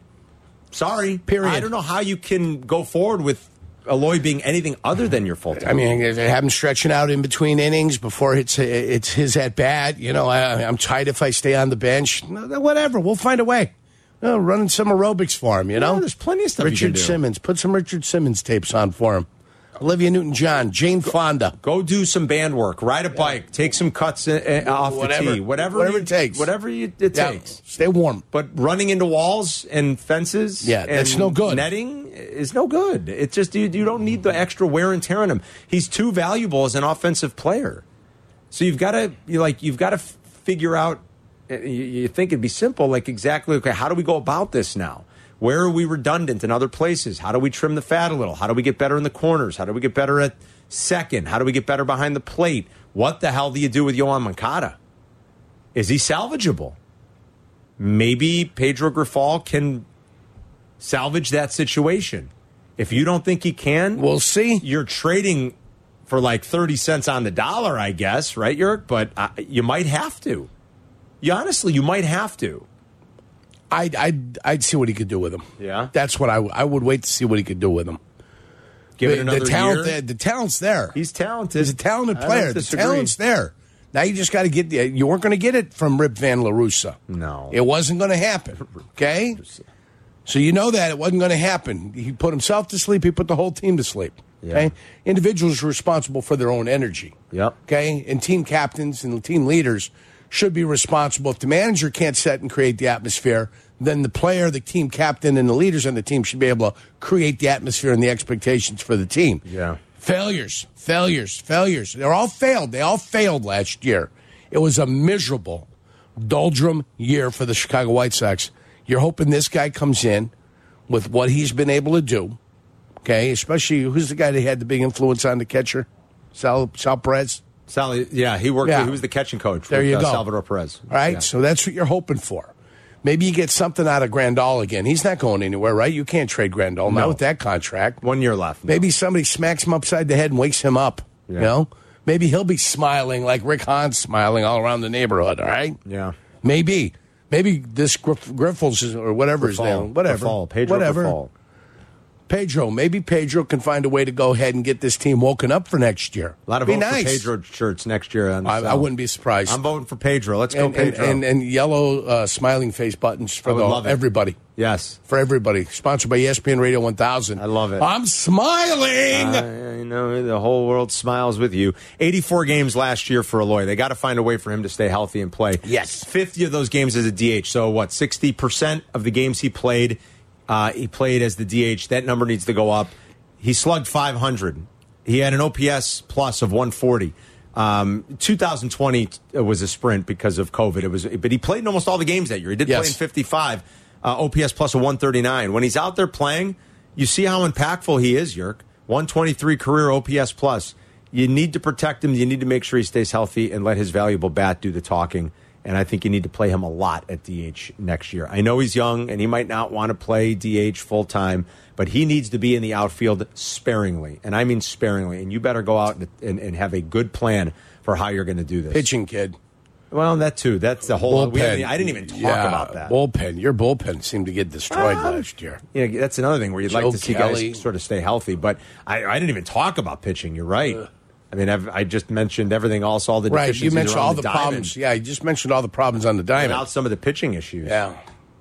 S5: Sorry.
S4: Period.
S5: I don't know how you can go forward with Aloy being anything other than your full time.
S4: I mean, I have him stretching out in between innings before it's it's his at bat. You know, I, I'm tight if I stay on the bench. No, Whatever, we'll find a way. No, running some aerobics for him. You know,
S5: Yeah, there's plenty of stuff you
S4: Richard
S5: can do.
S4: Simmons, put some Richard Simmons tapes on for him. Olivia Newton-John, Jane Fonda.
S5: Go do some band work, ride a bike, take some cuts uh, uh, off the
S4: Whatever.
S5: tee, whatever,
S4: Whatever
S5: you-
S4: it takes.
S5: whatever you, it
S4: Yeah,
S5: takes.
S4: Stay warm.
S5: But running into walls and fences,
S4: Yeah, that's
S5: and
S4: no good.
S5: Netting is no good. It's just you, you don't need the extra wear and tear on him. He's too valuable as an offensive player. So you've got to you like you've got to f- figure out. uh, You, you think it'd be simple, like exactly okay. How do we go about this now? Where are we redundant in other places? How do we trim the fat a little? How do we get better in the corners? How do we get better at second? How do we get better behind the plate? What the hell do you do with Yohan Moncada? Is he salvageable? maybe Pedro Grifal can salvage that situation. If you don't think he can,
S4: We'll see.
S5: you're trading for like 30 cents on the dollar, I guess, right, Yurk? But uh, you might have to. You honestly, you might have to.
S4: I'd, I'd I'd see what he could do with him.
S5: Yeah.
S4: that's what I w- I would wait to see what he could do with him.
S5: Give it
S4: the,
S5: another
S4: the talent,
S5: year.
S4: The, the talent's there.
S5: He's talented.
S4: He's a talented
S5: I don't
S4: player. The
S5: disagree.
S4: talent's there. Now you just got to get the. You weren't going to get it from Rip Van Larusa.
S5: No.
S4: it wasn't going to happen. Okay, so you know that it wasn't going to happen. He put himself to sleep. He put the whole team to sleep.
S5: Yeah.
S4: Okay, individuals are responsible for their own energy.
S5: Yep.
S4: Okay, and team captains and team leaders should be responsible. If the manager can't set and create the atmosphere, then the player, the team captain, and the leaders on the team should be able to create the atmosphere and the expectations for the team.
S5: Yeah.
S4: Failures, failures, failures. They're all failed. They all failed last year. It was a miserable doldrum year for the Chicago White Sox. You're hoping this guy comes in with what he's been able to do. Okay, especially who's the guy that had the big influence on the catcher? Sal Sal Perez.
S5: Sally, yeah, he worked.
S4: Yeah.
S5: He was the catching coach.
S4: There
S5: with,
S4: you
S5: uh,
S4: go.
S5: Salvador Perez.
S4: All right,
S5: Yeah.
S4: so that's what you're hoping for. Maybe you get something out of Grandal again. He's not going anywhere, right? You can't trade Grandal not
S5: No.
S4: with that contract.
S5: One year left.
S4: Maybe somebody smacks him upside the head and wakes him up. You
S5: Yeah.
S4: know, maybe he'll be smiling like Rick Hahn smiling all around the neighborhood. All right,
S5: Yeah.
S4: maybe, maybe this Griff- Griffles is- or whatever his
S5: Grifal.
S4: name, whatever,
S5: Grifal. Pedro
S4: whatever.
S5: Grifal.
S4: Pedro, maybe Pedro can find a way to go ahead and get this team woken up for next year.
S5: A lot of
S4: be
S5: votes
S4: nice.
S5: for Pedro shirts next year. On the
S4: I, I
S5: sell.
S4: wouldn't be surprised.
S5: I'm voting for Pedro. Let's
S4: and,
S5: go,
S4: and,
S5: Pedro.
S4: and, and yellow uh, smiling face buttons
S5: I
S4: for
S5: would
S4: the,
S5: love it.
S4: everybody.
S5: yes,
S4: For everybody. Sponsored by E ESPN Radio 1000.
S5: I love it.
S4: I'm smiling.
S5: I know the whole world smiles with you. 84 games last year for Aloy. They got to find a way for him to stay healthy and play.
S4: Yes.
S5: 50 of those games as a DH. So, what, 60% of the games he played, uh, he played as the DH. That number needs to go up. He slugged 500. He had an OPS plus of 140. Um, 2020 was a sprint because of COVID. It was, but he played in almost all the games that year. He did
S4: Yes.
S5: play in 55, uh, OPS plus a 139. When he's out there playing, you see how impactful he is, Yerk. 123 career OPS plus. You need to protect him. You need to make sure he stays healthy and let his valuable bat do the talking. And I think you need to play him a lot at DH next year. I know he's young and he might not want to play DH full time, but he needs to be in the outfield sparingly. And I mean sparingly. And you better go out and, and, and have a good plan for how you're going to do this.
S4: Pitching kid.
S5: Well, that too. That's the whole.
S4: Bullpen.
S5: We haven't- e- I didn't even talk
S4: Yeah,
S5: about that. Ah.
S4: Bullpen. Your bullpen seemed to get destroyed last year.
S5: Yeah, Um, that's another thing where you'd
S4: Joe
S5: like to see
S4: Kelly.
S5: guys sort of stay healthy. But I, I didn't even talk about pitching. You're right. I mean, I've, I just mentioned everything else, all the
S4: Right. You
S5: deficiencies
S4: mentioned
S5: around
S4: all the,
S5: diamond,
S4: problems. Yeah, you just mentioned all the problems on the
S5: and
S4: diamond.
S5: out some of the pitching issues.
S4: Yeah.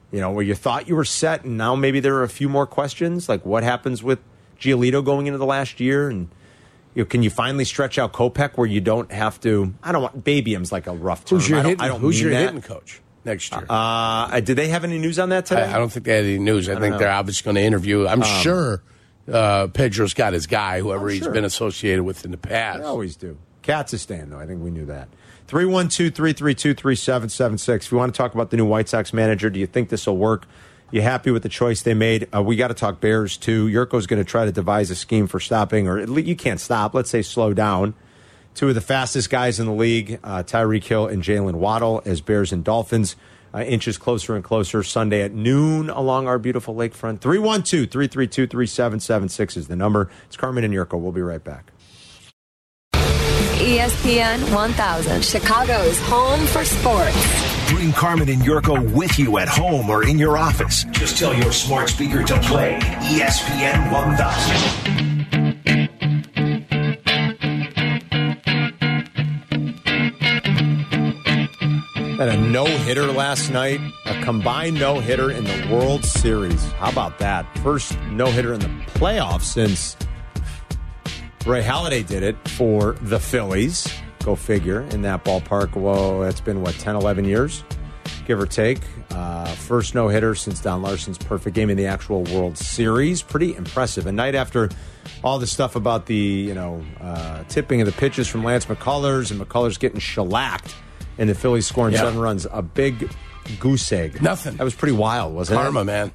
S5: you know where you thought you were set, and now maybe there are a few more questions, like what happens with Giolito going into the last year, and you know, can you finally stretch out Kopech where you don't have to? I don't want baby him's like a rough term.
S4: Who's your
S5: I don't,
S4: hitting,
S5: I don't
S4: who's
S5: mean
S4: your
S5: that.
S4: hitting coach next year?
S5: Uh, did they have any news on that today?
S4: I, I don't think they had any news. I, think
S5: know. Um,
S4: they're obviously going to interview. I'm sure uh, Pedro's got his guy, whoever he's
S5: sure.
S4: been associated with in the past.
S5: They always do. Cats is staying, though. I think we knew that. 312 332 3776. If you want to talk about the new White Sox manager, do you think this will work? You happy with the choice they made? Uh, we got to talk Bears, too. Yurko's going to try to devise a scheme for stopping, or at least you can't stop. Let's say slow down. Two of the fastest guys in the league, uh, Tyreek Hill and Jalen Waddle, as Bears and Dolphins. Uh, inches closer and closer Sunday at noon along our beautiful lakefront. 312 332 3776 is the number. It's Carmen and Yurko. We'll be right back.
S8: E ESPN 1000, Chicago's home for sports.
S7: Bring Carmen and Yurko with you at home or in your office. Just tell your smart speaker to play E ESPN 1000.
S5: And a no hitter last night, a combined no hitter in the World Series. How about that? First no hitter in the playoffs since Ray Halliday did it for the Phillies. Go figure in that ballpark. Whoa, that's been what, 10, 11 years, give or take. Uh, first no hitter since Don Larson's perfect game in the actual World Series. Pretty impressive. A night after all the stuff about the, you know, uh, tipping of the pitches from Lance McCullers and McCullers getting shellacked and the Phillies scoring
S4: Yeah.
S5: seven runs. A big goose egg.
S4: Nothing.
S5: That was pretty wild, wasn't it?
S4: Karma, man.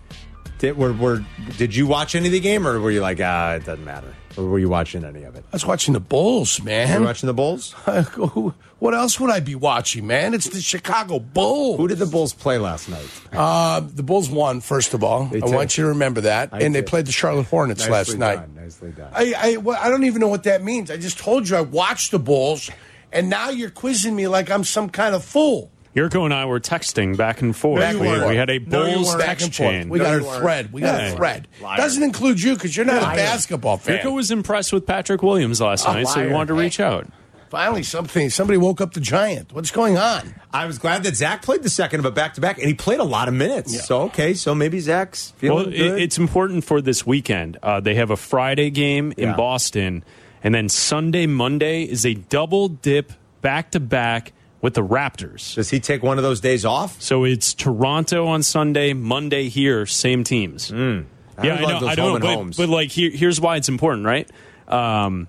S5: Did, were, were, did you watch any of the game or were you like, ah, it doesn't matter? Or were you watching any of it?
S4: I was watching the Bulls,
S5: Were
S4: man.
S5: you watching the Bulls?
S4: Who- what else would I be watching, man? It's the Chicago Bulls.
S5: Who did the Bulls play last night?
S4: Uh, the Bulls won, first of all. I
S5: did.
S4: want you to remember that.
S5: I
S4: and they
S5: did.
S4: played the Charlotte Hornets
S5: Nicely
S4: last night.
S5: done, nicely done.
S4: I, I, well, I don't even know what that means. I just told you I watched the Bulls, and now you're quizzing me like I'm some kind of fool.
S1: Yurko and I were texting back and forth.
S4: Back
S1: we,
S4: and forth.
S1: we had a
S4: No, you
S1: Bulls
S4: weren't. Back
S1: text
S4: and forth.
S1: chain.
S4: We got
S5: No,
S4: a
S5: you weren't.
S4: thread. We got
S1: Yeah.
S4: a thread.
S5: Liar.
S4: Doesn't include you because you're not a basketball fan.
S1: Yurko was impressed with Patrick Williams last
S4: A
S1: night, so he
S4: liar.
S1: wanted to reach out.
S4: Finally, something. Somebody woke up the giant. What's going on?
S5: I was glad that Zach played the second of a back to back, and he played a lot of minutes. So okay, so maybe Zach's feeling
S1: Well, it,
S5: good.
S1: it's important for this weekend. Uh, they have a Friday game
S5: Yeah.
S1: in Boston, and then Sunday, Monday is a double dip back to back with the Raptors.
S5: Does he take one of those days off?
S1: So it's Toronto on Sunday, Monday here, same teams. yeah,
S5: Hmm. I
S1: I
S5: love
S1: know,
S5: those
S1: I know,
S5: home and
S1: but,
S5: homes.
S1: but like here, here's why it's important, right? Um,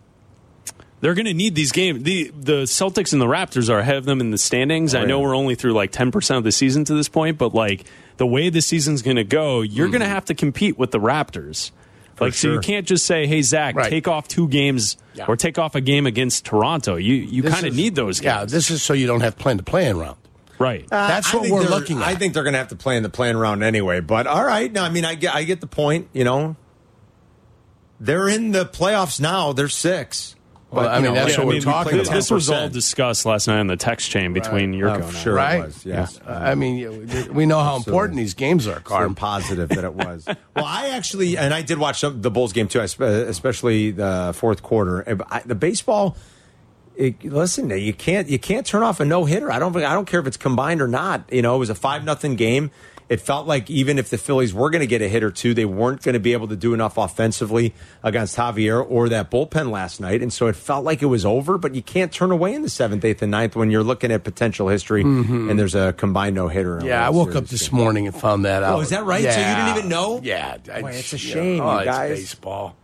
S1: they're going to need these games. The the Celtics and the Raptors are ahead of them in the standings. I know
S5: Oh, yeah.
S1: we're only through like 10% of the season to this point, but like the way the season's going to go, you're going to have to compete with the Raptors. like so you
S5: Mm-hmm. sure.
S1: can't just say, "Hey Zach,
S4: Right.
S1: take off two games
S4: Yeah.
S1: or take off a game against Toronto." You you
S4: This
S1: kind of
S4: is-
S1: need those
S4: Yeah,
S1: games.
S4: this is so you don't have to plan to play in round.
S1: right.
S4: That's
S5: Uh, I
S4: what
S5: think
S4: we're
S5: they're-
S4: looking at.
S5: I think they're going to have to play in the playing round anyway. But all right, no, I mean, I get, I get the point. You know, they're in the playoffs now. They're six.
S4: Well, I mean, that's
S1: Yeah,
S4: what
S1: I
S4: we're
S1: mean,
S4: talking
S1: this,
S4: about.
S1: This was all
S5: 10%.
S1: discussed last night on the text chain between your
S5: Oh,
S1: Yurko and I.
S5: sure,
S4: right?
S5: It was, yes.
S4: Yeah. I mean, you- we know how important these games are,
S5: I'm
S4: Carm.
S5: positive that it was. well, I actually, and I did watch some, the Bulls game too, I spe- especially the fourth quarter. And I, the baseball, it, listen, you can't you can't turn off a no hitter. I don't I don't care if it's combined or not. You know, it was a five nothing game. It felt like even if the Phillies were going to get a hit or two, they weren't going to be able to do enough offensively against Javier or that bullpen last night. And so it felt like it was over, but you can't turn away in the seventh, eighth, and ninth when you're looking at potential history and there's a combined no hitter.
S4: Mm-hmm. Yeah, I woke up this morning and found that out.
S5: Oh, is that right? So you didn't
S4: Yeah.
S5: even know?
S4: Yeah, I-
S5: Boy, it's a
S4: yeah.
S5: shame,
S4: Oh,
S5: you
S4: it's
S5: guys.
S4: baseball.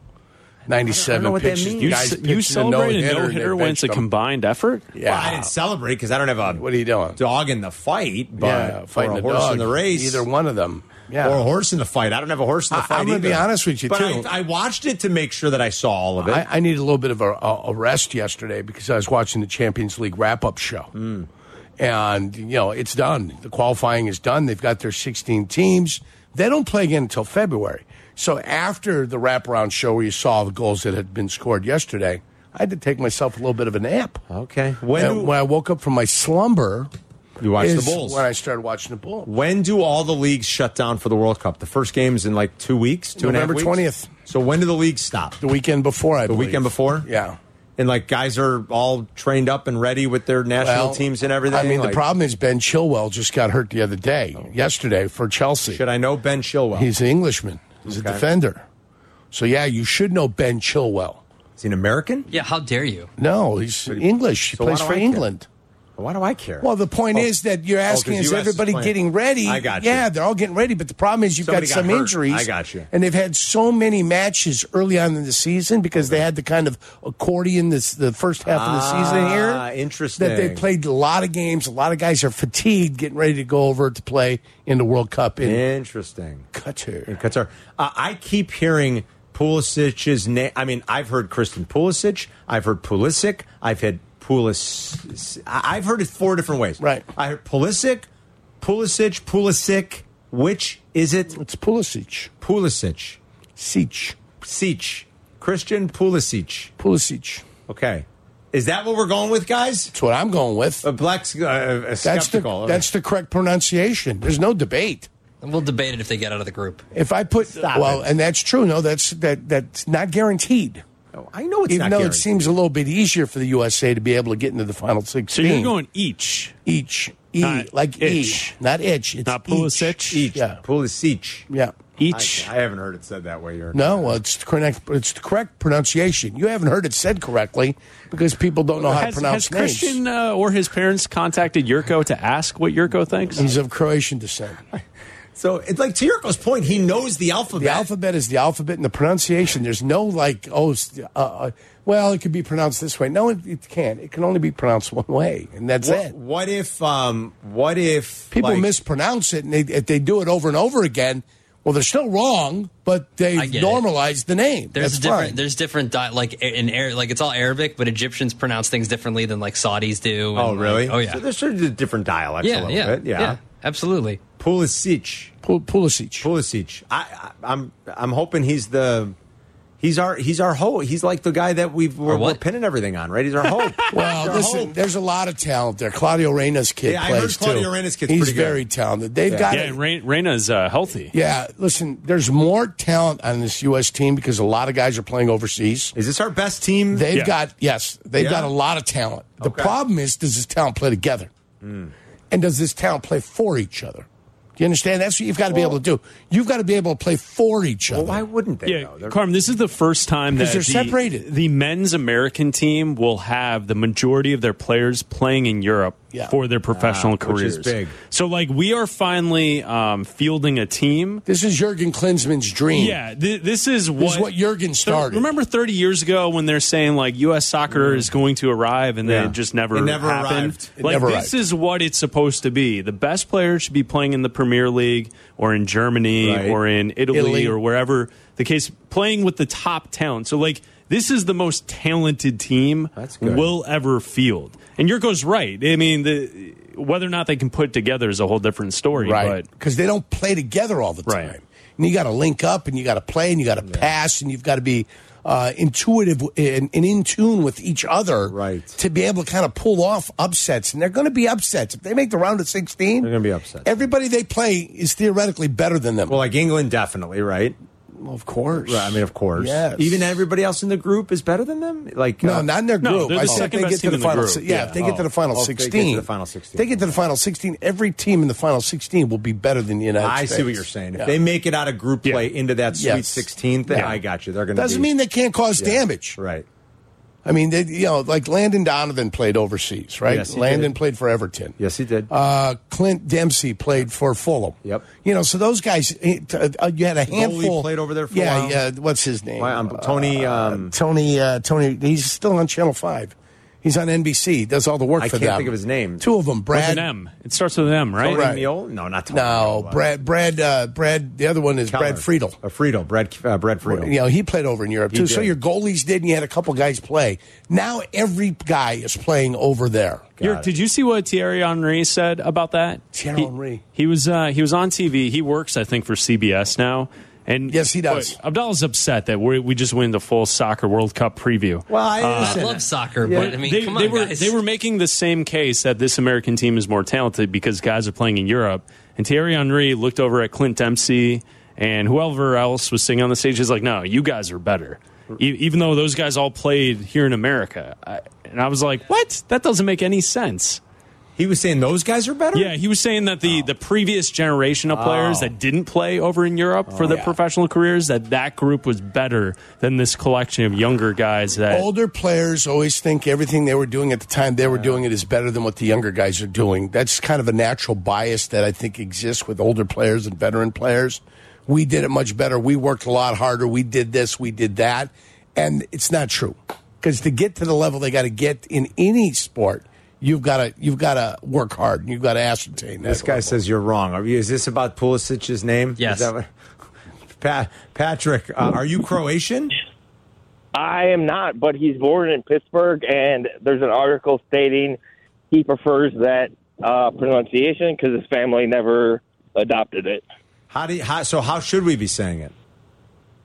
S4: Ninety-seven
S5: what that
S4: pitches.
S5: means.
S1: You,
S4: guys
S1: ce-
S4: pitching
S1: you celebrate a
S4: no-hitter
S1: no
S4: and they
S1: hitter when it's a
S4: benched 'em.
S1: combined effort?
S4: Yeah,
S5: Well, I didn't celebrate because I don't have a
S4: What are you doing?
S5: dog in the fight, but
S4: yeah,
S5: or
S4: fighting
S5: a
S4: the
S5: horse
S4: dog.
S5: in the race,
S4: Either one of them. Yeah,
S5: or a horse in the fight. I don't have a horse in the
S4: I- I'm
S5: fight.
S4: gonna be
S5: either.
S4: honest with you,
S5: but
S4: too.
S5: I, I watched it to make sure that I saw all of it.
S4: I, I need a little bit of a, a, a rest yesterday because I was watching the Champions League wrap-up show,
S5: Mm.
S4: and you know it's done. The qualifying is done. They've got their 16 teams. They don't play again until February. So after the wraparound show where you saw the goals that had been scored yesterday, I had to take myself a little bit of a nap.
S5: okay, when
S4: And
S5: do,
S4: when I woke up from my slumber,
S5: you watch the
S4: is
S5: Bulls?
S4: when I started watching the Bulls.
S5: when do all the leagues shut down for the World Cup? The first game's in like two weeks, two and a half
S4: November
S5: weeks?
S4: 20th.
S5: So when do the leagues stop?
S4: The weekend before, I
S5: The weekend before?
S4: Yeah.
S5: And like guys are all trained up and ready with their national
S4: Well,
S5: teams and everything.
S4: I mean,
S5: Like,
S4: the problem is Ben Chilwell just got hurt the other day, yesterday for Chelsea.
S5: Should I know Ben Chilwell?
S4: He's an Englishman. He's a defender. So yeah, you should know Ben Chilwell.
S5: Is he an American?
S3: Yeah, how dare you?
S4: No, he's English. He
S5: So why
S4: plays
S5: do
S4: for
S5: I care?
S4: England.
S5: Why do I care?
S4: Well, the point is that you're asking
S5: Oh. 'cause
S4: is
S5: US is
S4: everybody
S5: playing.
S4: getting ready?
S5: I got you.
S4: Yeah, they're all getting ready, but the problem is you've
S5: Somebody
S4: got
S5: got
S4: some
S5: hurt.
S4: injuries.
S5: I got you.
S4: And they've had so many matches early on in the season because they had the kind of accordion this the first half of the season
S5: Ah,
S4: here. That they
S5: interesting.
S4: played a lot of games. A lot of guys are fatigued, getting ready to go over to play in the World Cup in
S5: Interesting.
S4: Qatar.
S5: in Qatar. Uh, I keep hearing Pulisic's name. I mean, I've heard Kristen Pulisic. I've heard Pulisic. I've had Pulis. I- I've heard it four different ways.
S4: Right.
S5: I heard Pulisic, Pulisic, Pulisic. Which is it?
S4: It's Pulisic,
S5: Pulisic.
S4: Sic,
S5: Sic. Christian Pulisic.
S4: Pulisic.
S5: Okay. Is that what we're going with, guys?
S4: That's what I'm going with.
S5: A black uh, a
S4: That's the,
S5: skeptical.
S4: that's the correct pronunciation. There's no debate.
S3: And we'll debate it if they get out of the group.
S4: If I put well, and that's true. No, that's that that's not guaranteed.
S5: Oh, I know it's
S4: Even
S5: not
S4: though
S5: guaranteed.
S4: it seems a little bit easier for the USA to be able to get into the final
S1: So
S4: sixteen.
S1: you're going each.
S4: each e
S1: Not
S4: like
S1: itch.
S4: e, not itch. It's
S1: Not
S4: each.
S1: Pulisic?
S5: Each.
S4: Yeah,
S5: Pulisic.
S4: yeah.
S1: Each.
S5: I, I haven't heard it said that way. You're
S4: No, well, it's the correct. It's the correct pronunciation. You haven't heard it said correctly because people don't know how
S1: has,
S4: to pronounce
S1: has
S4: names.
S1: Christian uh, or his parents contacted Yurko to ask what Yurko thinks?
S4: He's of Croatian descent.
S5: So it's like to Yurko's point, he knows the alphabet.
S4: The alphabet is the alphabet, and the pronunciation. There's no like, oh, s- uh, uh, well, it could be pronounced this way. No, it, it can't. It can only be pronounced one way, and that's
S5: What,
S4: it.
S5: what if? Um, what if
S4: People
S5: like,
S4: mispronounce it, and they, if they do it over and over again, well, they're still wrong, but they
S3: I get it.
S4: normalized the name.
S3: There's
S4: that's
S3: different.
S4: fine.
S3: There's different. Di- like in Arab, like it's all Arabic, but Egyptians pronounce things differently than like Saudis do. and,
S5: Oh, really?
S3: like- oh yeah.
S5: So there's sort of a different dialects a
S3: yeah,
S5: little
S3: yeah,
S5: bit. Yeah.
S3: Absolutely.
S5: Pulisic.
S4: Pul- Pulisic.
S5: Pulisic. I, I, I'm. I'm hoping he's the. He's our. He's our hope. He's like the guy that we've we're,
S3: Our what?
S5: we're pinning everything on, right? He's our hope.
S4: well,
S5: He's our
S4: listen,
S5: hope.
S4: there's a lot of talent there. Claudio Reyna's kid
S5: Yeah, I heard
S4: plays
S5: Claudio
S4: too.
S5: Reyna's kid's
S4: He's
S5: pretty good.
S4: very talented. They've got
S1: yeah,
S4: it.
S1: and Re- Reina's uh, healthy.
S4: Yeah, listen, there's more talent on this U.S. team because a lot of guys are playing overseas.
S5: Is this our best team?
S4: They've
S1: Yeah.
S4: got, yes, they've
S5: Yeah.
S4: got a lot of talent. The
S5: Okay. Hmm.
S4: problem is, does this talent play together? And does this talent play for each other? Do you understand? That's what you've got to be able to do. You've got to be able to play for each other.
S5: well, why wouldn't they?
S1: Yeah,
S5: though? They're-
S1: Carm, this is the first time that
S4: Because they're
S1: the,
S4: separated.
S1: the men's American team will have the majority of their players playing in Europe
S4: Yeah. Ah,
S1: for their professional
S5: which
S1: careers.
S5: is big.
S1: So, like, we are finally um, fielding a team.
S4: This is Jurgen Klinsmann's dream.
S1: Yeah, th- this is what,
S4: This is what Jurgen started.
S1: Remember 30 years ago when they're saying like U.S. soccer is going to arrive and then
S5: Yeah.
S1: it just never,
S5: It never
S1: happened.
S5: arrived.
S4: It
S1: Like
S4: never
S1: this
S4: arrived.
S1: is what it's supposed to be. The best players should be playing in the Premier League or in Germany
S5: Right.
S1: or in Italy,
S4: Italy.
S1: or wherever the case. Playing with the top talent. So like this is the most talented team
S5: That's good.
S1: we'll ever field. And Yurko's right. I mean the. Whether or not they can put it together is a whole different story.
S4: Right.
S1: But
S4: Because they don't play together all the time.
S1: Right.
S4: And you got to link up and you got to play and you got to pass and you've got to be uh, intuitive and, and in tune with each other
S5: Right.
S4: to be able to kind of pull off upsets. And they're going to be upsets. If they make the round of 16,
S5: They're gonna be upsets.
S4: Everybody they play is theoretically better than them.
S5: well, like England, definitely, right?
S4: Well, of course.
S5: Right, I mean, of course.
S4: Yes.
S5: Even everybody else in the group is better than them. Like
S4: No,
S5: uh,
S4: not in their
S1: No,
S4: group.
S1: they're the
S4: I said
S1: second
S4: they
S1: best
S4: get to
S1: team
S4: the
S1: in the
S4: final.
S1: group.
S4: si- yeah,
S1: Yeah.
S4: if they get to the
S5: Oh.
S4: final
S5: Oh, if they get to the
S4: sixteen.
S5: final 16.
S4: They get to the final sixteen. Every team in the final sixteen will be better than the United
S5: I
S4: States.
S5: see what you're saying. If
S4: Yeah.
S5: they make it out of group
S1: Yeah.
S5: play into that Sweet
S4: Yes.
S5: 16 thing,
S1: Yeah.
S5: I got you. They're going to
S4: doesn't mean they can't cause damage.
S5: Right.
S4: I mean, they, you know, like Landon Donovan played overseas, right?
S5: Yes, he
S4: Landon
S5: did.
S4: played for Everton.
S5: Yes, he did.
S4: Uh, Clint Dempsey played for Fulham.
S5: Yep.
S4: You know, so those guys, eh, t- uh, you had a handful.
S5: played over there for a
S4: yeah,
S5: while.
S4: Yeah, what's his name?
S5: Why, um, Tony, um,
S4: Tony, uh, Tony, he's still on Channel 5. He's on NBC, He does all the work
S5: I
S4: for
S5: can't
S4: them.
S5: think of his name.
S4: Two of them,
S1: with
S4: Brad.
S1: an M, it starts with an M, right?
S5: Tony
S4: Right.
S5: Meola? No, not Tony.
S4: No,
S5: Meola.
S4: Brad, Brad, uh, Brad, the other one is
S5: Keller.
S4: Brad Friedel.
S5: Uh, Friedel. Brad, uh, Brad Friedel.
S4: You know, he played over in Europe
S5: He
S4: too. So
S5: did.
S4: your goalies did, and you had a couple guys play. Now every guy is playing over there.
S1: You're, did you see what Thierry Henry said about that?
S4: Thierry
S1: He-
S4: Henry.
S1: He was uh, he was on TV. He works, I think, for CBS now. And
S4: Yes, he does.
S1: But Abdallah's upset that we we just win the full soccer World Cup preview.
S5: Well, I
S3: I
S5: understand.
S3: love soccer, but I mean,
S1: they,
S3: come
S1: they
S3: on,
S1: were
S3: guys.
S1: they were making the same case that this American team is more talented because guys are playing in Europe. And Thierry Henry looked over at Clint Dempsey and whoever else was singing on the stage. He's like, "No, you guys are better." E- even though those guys all played here in America, I, and I was like, "What? That doesn't make any sense."
S5: He was saying those guys are better.
S1: Yeah, he was saying that the, the previous generation of players that didn't play over in Europe for their professional careers, that that group was better than this collection of younger guys that
S4: Older players always think everything they were doing at the time they were doing it is better than what the younger guys are doing. That's kind of a natural bias that I think exists with older players and veteran players. We did it much better. We worked a lot harder. We did this, we did that. And it's not true. Because to get to the level they got to get in any sport, you've got to you've got to work hard and you've got to ascertain that
S5: This guy
S4: level.
S5: says you're wrong. Are you? Is this about Pulisic's name?
S3: Yes.
S5: Is that what- Pat, Patrick, uh, are you Croatian?
S9: I am not, but he's born in Pittsburgh, and there's an article stating he prefers that uh, pronunciation because his family never adopted it.
S5: How do? You, how, so how should we be saying it?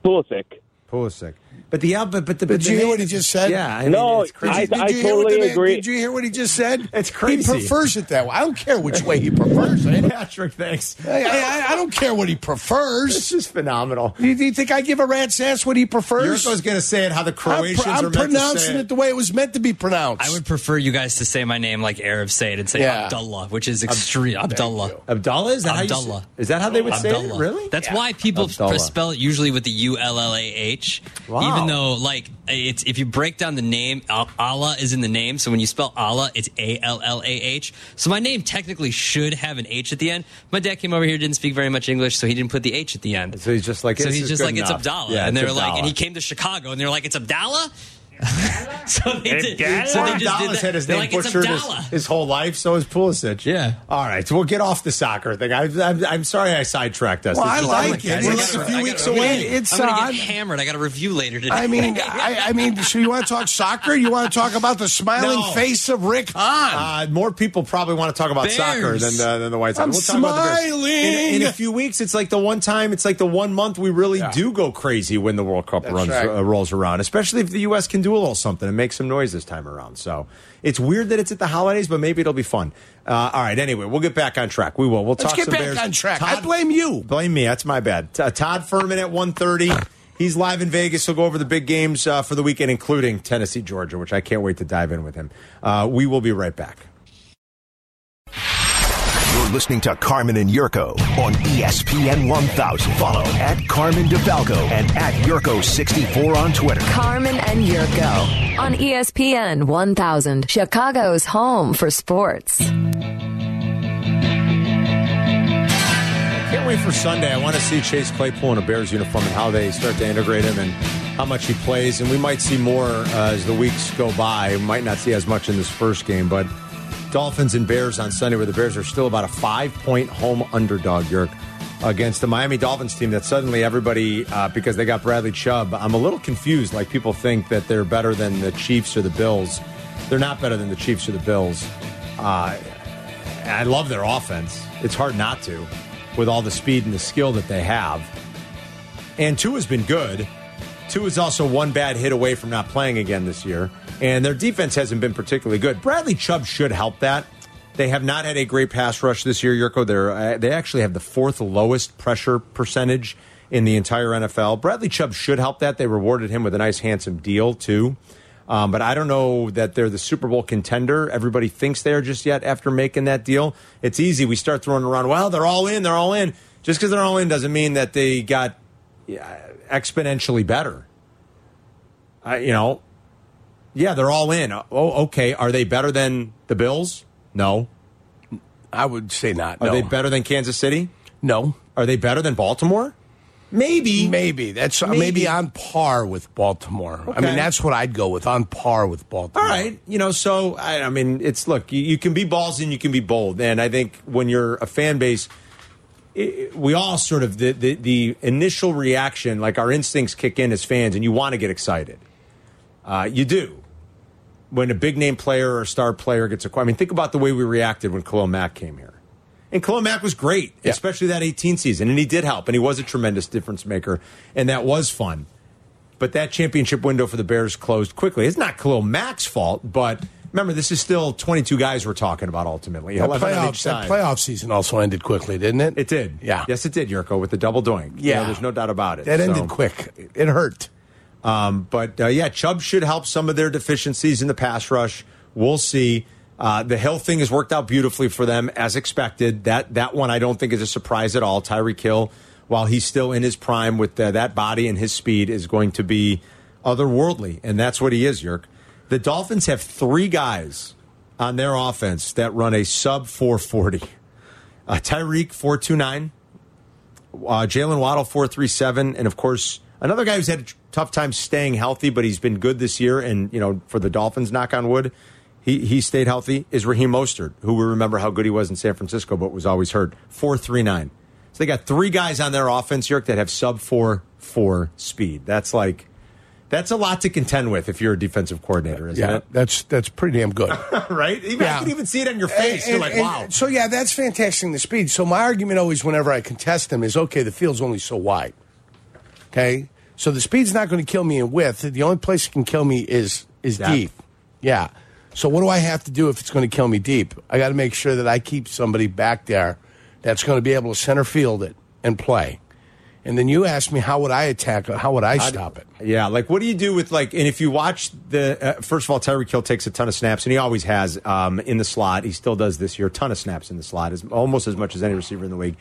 S9: Pulisic.
S5: Pulisic. But the al- but but the.
S4: Did
S5: but the
S4: you hear
S5: name-
S4: what he just said?
S5: Yeah. I
S9: No,
S5: mean, it's crazy.
S9: I-
S4: Did you hear what
S9: totally
S4: the man-
S9: agree.
S4: Did you hear what he just said?
S5: It's crazy.
S4: He prefers it that way. I don't care which way he prefers it.
S5: Patrick, thanks.
S4: I, I, I don't care what he
S5: This
S4: prefers.
S5: is phenomenal.
S4: Do you, do you think I give a rat's ass what he prefers?
S5: Yurko's going to say it how the
S4: I'm,
S5: Croatians
S4: pr- I'm
S5: are meant to say
S4: pronouncing
S5: it.
S4: it the way it was meant to be pronounced.
S3: I would prefer you guys to say my name like Arabs say it and say
S4: Yeah.
S3: Abdullah, which is extreme. Abdullah.
S5: Abdullah is that how you
S3: Abdullah.
S5: say, is that how they would say it?
S3: Abdullah.
S5: Really?
S3: That's why people
S5: Abdullah.
S3: spell it usually with the U L L A H.
S5: Wow.
S3: Even though, like, it's if you break down the name, Al- Allah is in the name. So when you spell Allah, it's A L L A H. So my name technically should have an H at the end. My dad came over here, didn't speak very much English, so he didn't put the H at the end.
S5: So he's just like,
S3: so
S5: this
S3: he's
S5: is
S3: just
S5: good
S3: like,
S5: enough.
S3: it's Abdallah.
S5: Yeah,
S3: and
S5: it's
S3: they're like, and
S5: Abdallah.
S3: he came to Chicago, and they're like, it's Abdallah. so they did. So they just did
S5: Abdallah's
S3: that.
S5: had his
S3: they're
S5: name
S3: like, it's
S5: butchered his,
S3: Abdallah.
S5: his whole life. So is Pulisic.
S3: Yeah.
S5: All right. So we'll get off the soccer thing. I, I'm, I'm sorry I sidetracked us.
S4: Well,
S5: This
S4: I
S5: is-
S4: like it.
S5: We're
S4: I
S5: like
S4: gotta-
S5: a few
S4: I
S5: weeks
S4: gotta-
S5: away.
S4: It's
S3: I'm gonna
S4: on.
S3: get hammered. I got a review later today.
S4: I mean, I, I mean. So you want to talk soccer? You want to talk about the smiling
S5: No.
S4: face of Rick Hahn?
S5: Uh, more people probably want to talk about
S3: Bears.
S5: soccer than the, than the White Sox.
S4: I'm
S5: talk about the Bears.
S4: smiling.
S5: In, in a few weeks, it's like the one time, it's like the one month we really do go crazy when the World Cup runs
S4: right.
S5: uh, rolls around, especially if the U.S. can do a little something and make some noise this time around. So it's weird that it's at the holidays, but maybe it'll be fun. Uh, all right. Anyway, we'll get back on track. We will. We'll
S4: Let's
S5: talk
S4: get
S5: some
S4: back
S5: Bears.
S4: on track. I
S5: Todd-
S4: blame you.
S5: Blame me. That's my bad. T- uh, Todd Furman at 1.30. He's live in Vegas. He'll go over the big games uh, for the weekend, including Tennessee, Georgia, which I can't wait to dive in with him. Uh, we will be right back.
S7: You're listening to Carmen and Yurko on E ESPN 1000. Follow at Carmen DeFalco and at Yurko64 on Twitter.
S8: Carmen and Yurko on E ESPN 1000, Chicago's home for sports.
S5: Can't wait for Sunday. I want to see Chase Claypool in a Bears uniform and how they start to integrate him and how much he plays. And we might see more uh, as the weeks go by. We might not see as much in this first game, but Dolphins and Bears on Sunday, where the Bears are still about a five point home underdog, Yerk, against the Miami Dolphins team that suddenly everybody, uh, because they got Bradley Chubb, I'm a little confused. Like people think that they're better than the Chiefs or the Bills. They're not better than the Chiefs or the Bills. Uh, I love their offense. It's hard not to with all the speed and the skill that they have. And two has been good. Two is also one bad hit away from not playing again this year. And their defense hasn't been particularly good. Bradley Chubb should help that. They have not had a great pass rush this year, Yurko. They're, uh, they actually have the fourth lowest pressure percentage in the entire NFL. Bradley Chubb should help that. They rewarded him with a nice, handsome deal, too. Um, but I don't know that they're the Super Bowl contender. Everybody thinks they are just yet after making that deal. It's easy. We start throwing around, well, they're all in, they're all in. Just because they're all in doesn't mean that they got yeah, exponentially better. I, you know, yeah, they're all in. Oh, okay. Are they better than the Bills? No.
S4: I would say not.
S5: Are
S4: no.
S5: they better than Kansas City?
S4: no.
S5: Are they better than Baltimore? Maybe.
S4: Maybe that's maybe,
S5: Maybe.
S4: on par with Baltimore. I
S5: Okay.
S4: mean, that's what I'd go with on par with Baltimore.
S5: All right, you know, so I, I mean, it's look, you, you can be ballsy and you can be bold, and I think when you're a fan base, i we all sort of the, the the initial reaction, like our instincts kick in as fans, and you want to get excited. Uh, you do when a big name player or a star player gets acquired. I mean, think about the way we reacted when Khalil Mack came here. And Khalil Mack was great,
S4: Yeah.
S5: especially that 18 season, and he did help, and he was a tremendous difference maker, and that was fun but that championship window for the Bears closed quickly. It's not Khalil Mack's fault, but remember, this is still 22 guys we're talking about ultimately.
S4: That
S5: 11 on each
S4: playoff, that
S5: side.
S4: playoff season also ended quickly, didn't it?
S5: It did.
S4: Yeah.
S5: Yes, it did, Yurko, with the double doink. You
S4: Yeah.
S5: know, there's no doubt about it.
S4: That
S5: So-
S4: ended quick. It hurt.
S5: Um, But uh, yeah, Chubb should help some of their deficiencies in the pass rush. We'll see. Uh, the Hill thing has worked out beautifully for them as expected. That that one I don't think is a surprise at all. Tyreek Hill, while he's still in his prime with uh, that body and his speed, is going to be otherworldly, and that's what he is. Yerk. The Dolphins have three guys on their offense that run a sub 440. Uh, Tyreek 429, uh, Jalen Waddle 437, and of course another guy who's had a tr- tough time staying healthy, but he's been good this year. And you know, for the Dolphins, knock on wood, he he stayed healthy is Raheem Mostert, who we remember how good he was in San Francisco, but was always hurt. Four three nine. So they got three guys on their offense, York, that have sub four four speed. That's like. That's a lot to contend with if you're a defensive coordinator, isn't
S4: Yeah,
S5: it?
S4: that's that's pretty damn good.
S5: right? Even, I
S4: Yeah.
S5: can even see it on your face.
S4: And-
S5: You're like,
S4: and-
S5: wow.
S4: and So yeah, that's fantastic. The speed. So my argument always, whenever I contest them, is okay. The field's only so wide. Okay, so the speed's not going to kill me in width. The only place it can kill me is is
S5: Depth.
S4: deep. Yeah. So what do I have to do if it's going to kill me deep? I got to make sure that I keep somebody back there that's going to be able to center field it and play. And then you ask me how would I attack? How would I stop it?
S5: Yeah, like what do you do with like? And if you watch the uh, first of all, Tyreek Hill takes a ton of snaps, and he always has um, in the slot. He still does this year, a ton of snaps in the slot, is almost as much as any receiver in the league.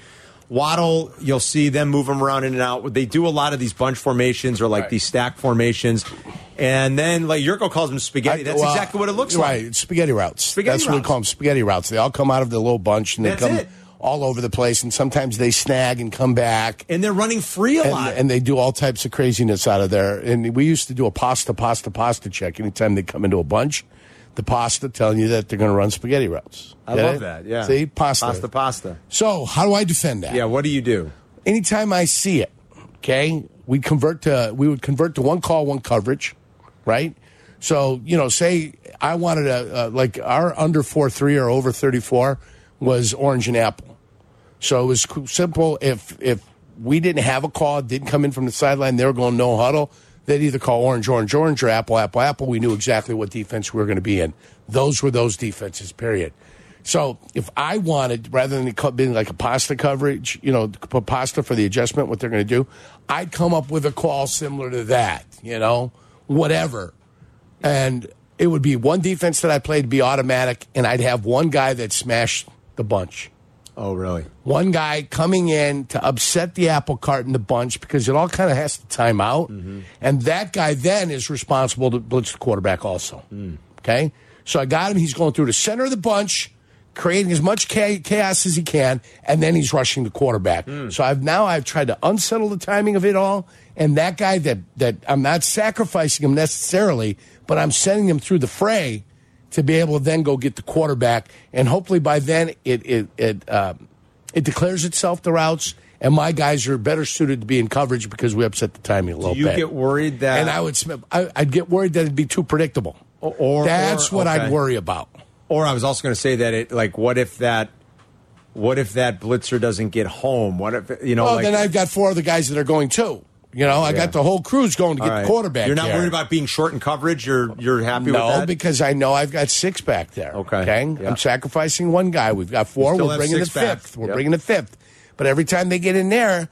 S5: Waddle, you'll see them move him around in and out. They do a lot of these bunch formations or like
S4: Right.
S5: these stack formations, and then like Yurko calls them spaghetti. That's
S4: well,
S5: exactly what it looks
S4: right,
S5: like.
S4: it's Spaghetti routes.
S5: Spaghetti
S4: That's what we
S5: routes.
S4: call them. Spaghetti routes. They all come out of the little bunch and they
S5: That's
S4: come
S5: it.
S4: all over the place. And sometimes they snag and come back.
S5: And they're running free a
S4: And,
S5: lot.
S4: and they do all types of craziness out of there. And we used to do a pasta, pasta, pasta check anytime they come into a bunch. The pasta telling you that they're going to run spaghetti routes.
S5: I
S4: Get
S5: love
S4: it?
S5: that. Yeah,
S4: See, pasta.
S5: pasta, pasta.
S4: So, how do I defend that?
S5: Yeah, what do you do?
S4: anytime I see it, okay, we convert to we would convert to one call, one coverage, right? So you know, say I wanted a uh, like our under four three or over thirty four was orange and apple, so it was coo- simple. If if we didn't have a call, didn't come in from the sideline, they were going no huddle. They'd either call orange, orange, orange, or apple, apple, apple. We knew exactly what defense we were going to be in. Those were those defenses. Period. So if I wanted, rather than it co- being like a pasta coverage, you know, put pasta for the adjustment, what they're going to do, I'd come up with a call similar to that. You know, whatever and it would be one defense that I played be automatic, and I'd have one guy that smashed the bunch.
S5: Oh, really?
S4: One guy coming in to upset the apple cart in the bunch because it all kind of has to time out. And that guy then is responsible to blitz the quarterback also. Okay? So I got him. He's going through the center of the bunch, creating as much cha- chaos as he can, and then he's rushing the quarterback. So I've now I've tried to unsettle the timing of it all. And that guy that, that I'm not sacrificing him necessarily, but I'm sending him through the fray to be able to then go get the quarterback, and hopefully by then it it it um, it declares itself the routes, and my guys are better suited to be in coverage because we upset the timing a little
S5: you
S4: bit.
S5: get worried that-
S4: and I would sm- I, I'd get worried that it'd be too predictable.
S5: Or- or-
S4: that's
S5: or-
S4: what
S5: okay.
S4: I'd worry about.
S5: Or I was also going to say that it like what if that what if that blitzer doesn't get home? What if you know?
S4: Well,
S5: like,
S4: then I've got four other guys that are going too. You know, I
S5: Yeah.
S4: got the whole crew's going to
S5: all
S4: get
S5: right.
S4: the quarterback.
S5: You're not
S4: there.
S5: worried about being short in coverage. You're you're happy
S4: no,
S5: with that.
S4: because I know I've got six back there.
S5: Okay. Yeah.
S4: I'm sacrificing one guy. We've got four.
S5: You still
S4: We're
S5: have
S4: bringing the
S5: six back.
S4: fifth. We're
S5: Yep.
S4: bringing the fifth. But every time they get in there,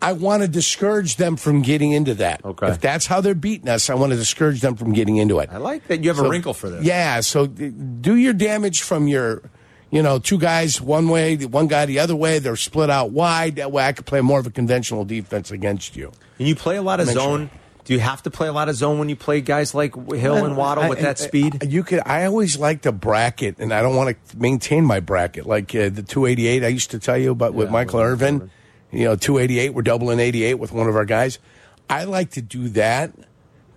S4: I want to discourage them from getting into that.
S5: Okay.
S4: If that's how they're beating us, I want to discourage them from getting into it.
S5: I like that you have a
S4: So-
S5: wrinkle for this.
S4: Yeah, so d- do your damage from your, you know, two guys one way, the one guy the other way. They're split out wide. That way, I could play more of a conventional defense against you.
S5: And you play a lot of
S4: Make sure.
S5: zone. Do you have to play a lot of zone when you play guys like Hill and Waddle
S4: I-
S5: with
S4: I-
S5: that speed?
S4: I- you could. I always like the bracket, and I don't want to maintain my bracket like uh, the 288. I used to tell you about with
S5: Yeah,
S4: Michael
S5: with
S4: Irvin.
S5: Irvin.
S4: You know, 288. We're doubling 88 with one of our guys. I like to do that,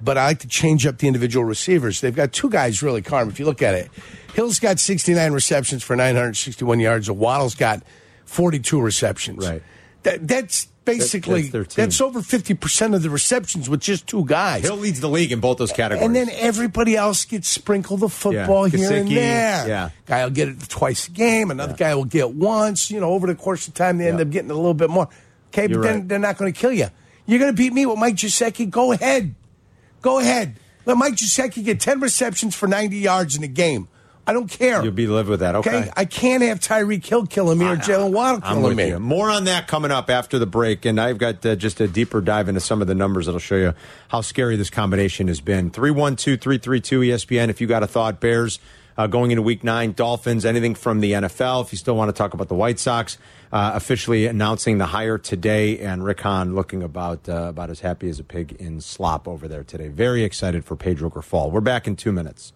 S4: but I like to change up the individual receivers. They've got two guys really, Carm. If you look at it, Hill's got 69 receptions for 961 yards. and Waddle's got 42 receptions.
S5: Right.
S4: That, that's basically
S5: that's their team.
S4: that's over 50 percent of the receptions with just two guys.
S5: Hill leads the league in both those categories.
S4: And then everybody else gets sprinkled the football here and
S5: Gesicki,
S4: there.
S5: yeah.
S4: Guy will get it twice a game. Another guy will get once. You know, over the course of time, they end
S5: Yeah.
S4: up getting a little bit more. Okay,
S5: You're
S4: but then
S5: right.
S4: they're not going to kill you. You're going to beat me with Mike Gesicki. Go ahead. Go ahead. Let Mike Gesicki get 10 receptions for 90 yards in a game. I don't care.
S5: you'll be live with that. Okay.
S4: okay? I can't have Tyreek Hill killing me or Jalen Waddle
S5: I'm
S4: killing
S5: with
S4: me.
S5: you. More on that coming up after the break, and I've got uh, just a deeper dive into some of the numbers that'll show E you how scary this combination has been. 312 332 ESPN. If you got a thought, Bears uh, going into Week Nine. Dolphins, anything from the NFL. If you still want to talk about the White Sox, uh, officially announcing the hire today, and Rick Hahn looking about uh, about as happy as a pig in slop over there today. Very excited for Pedro Grafal. We're back in two minutes.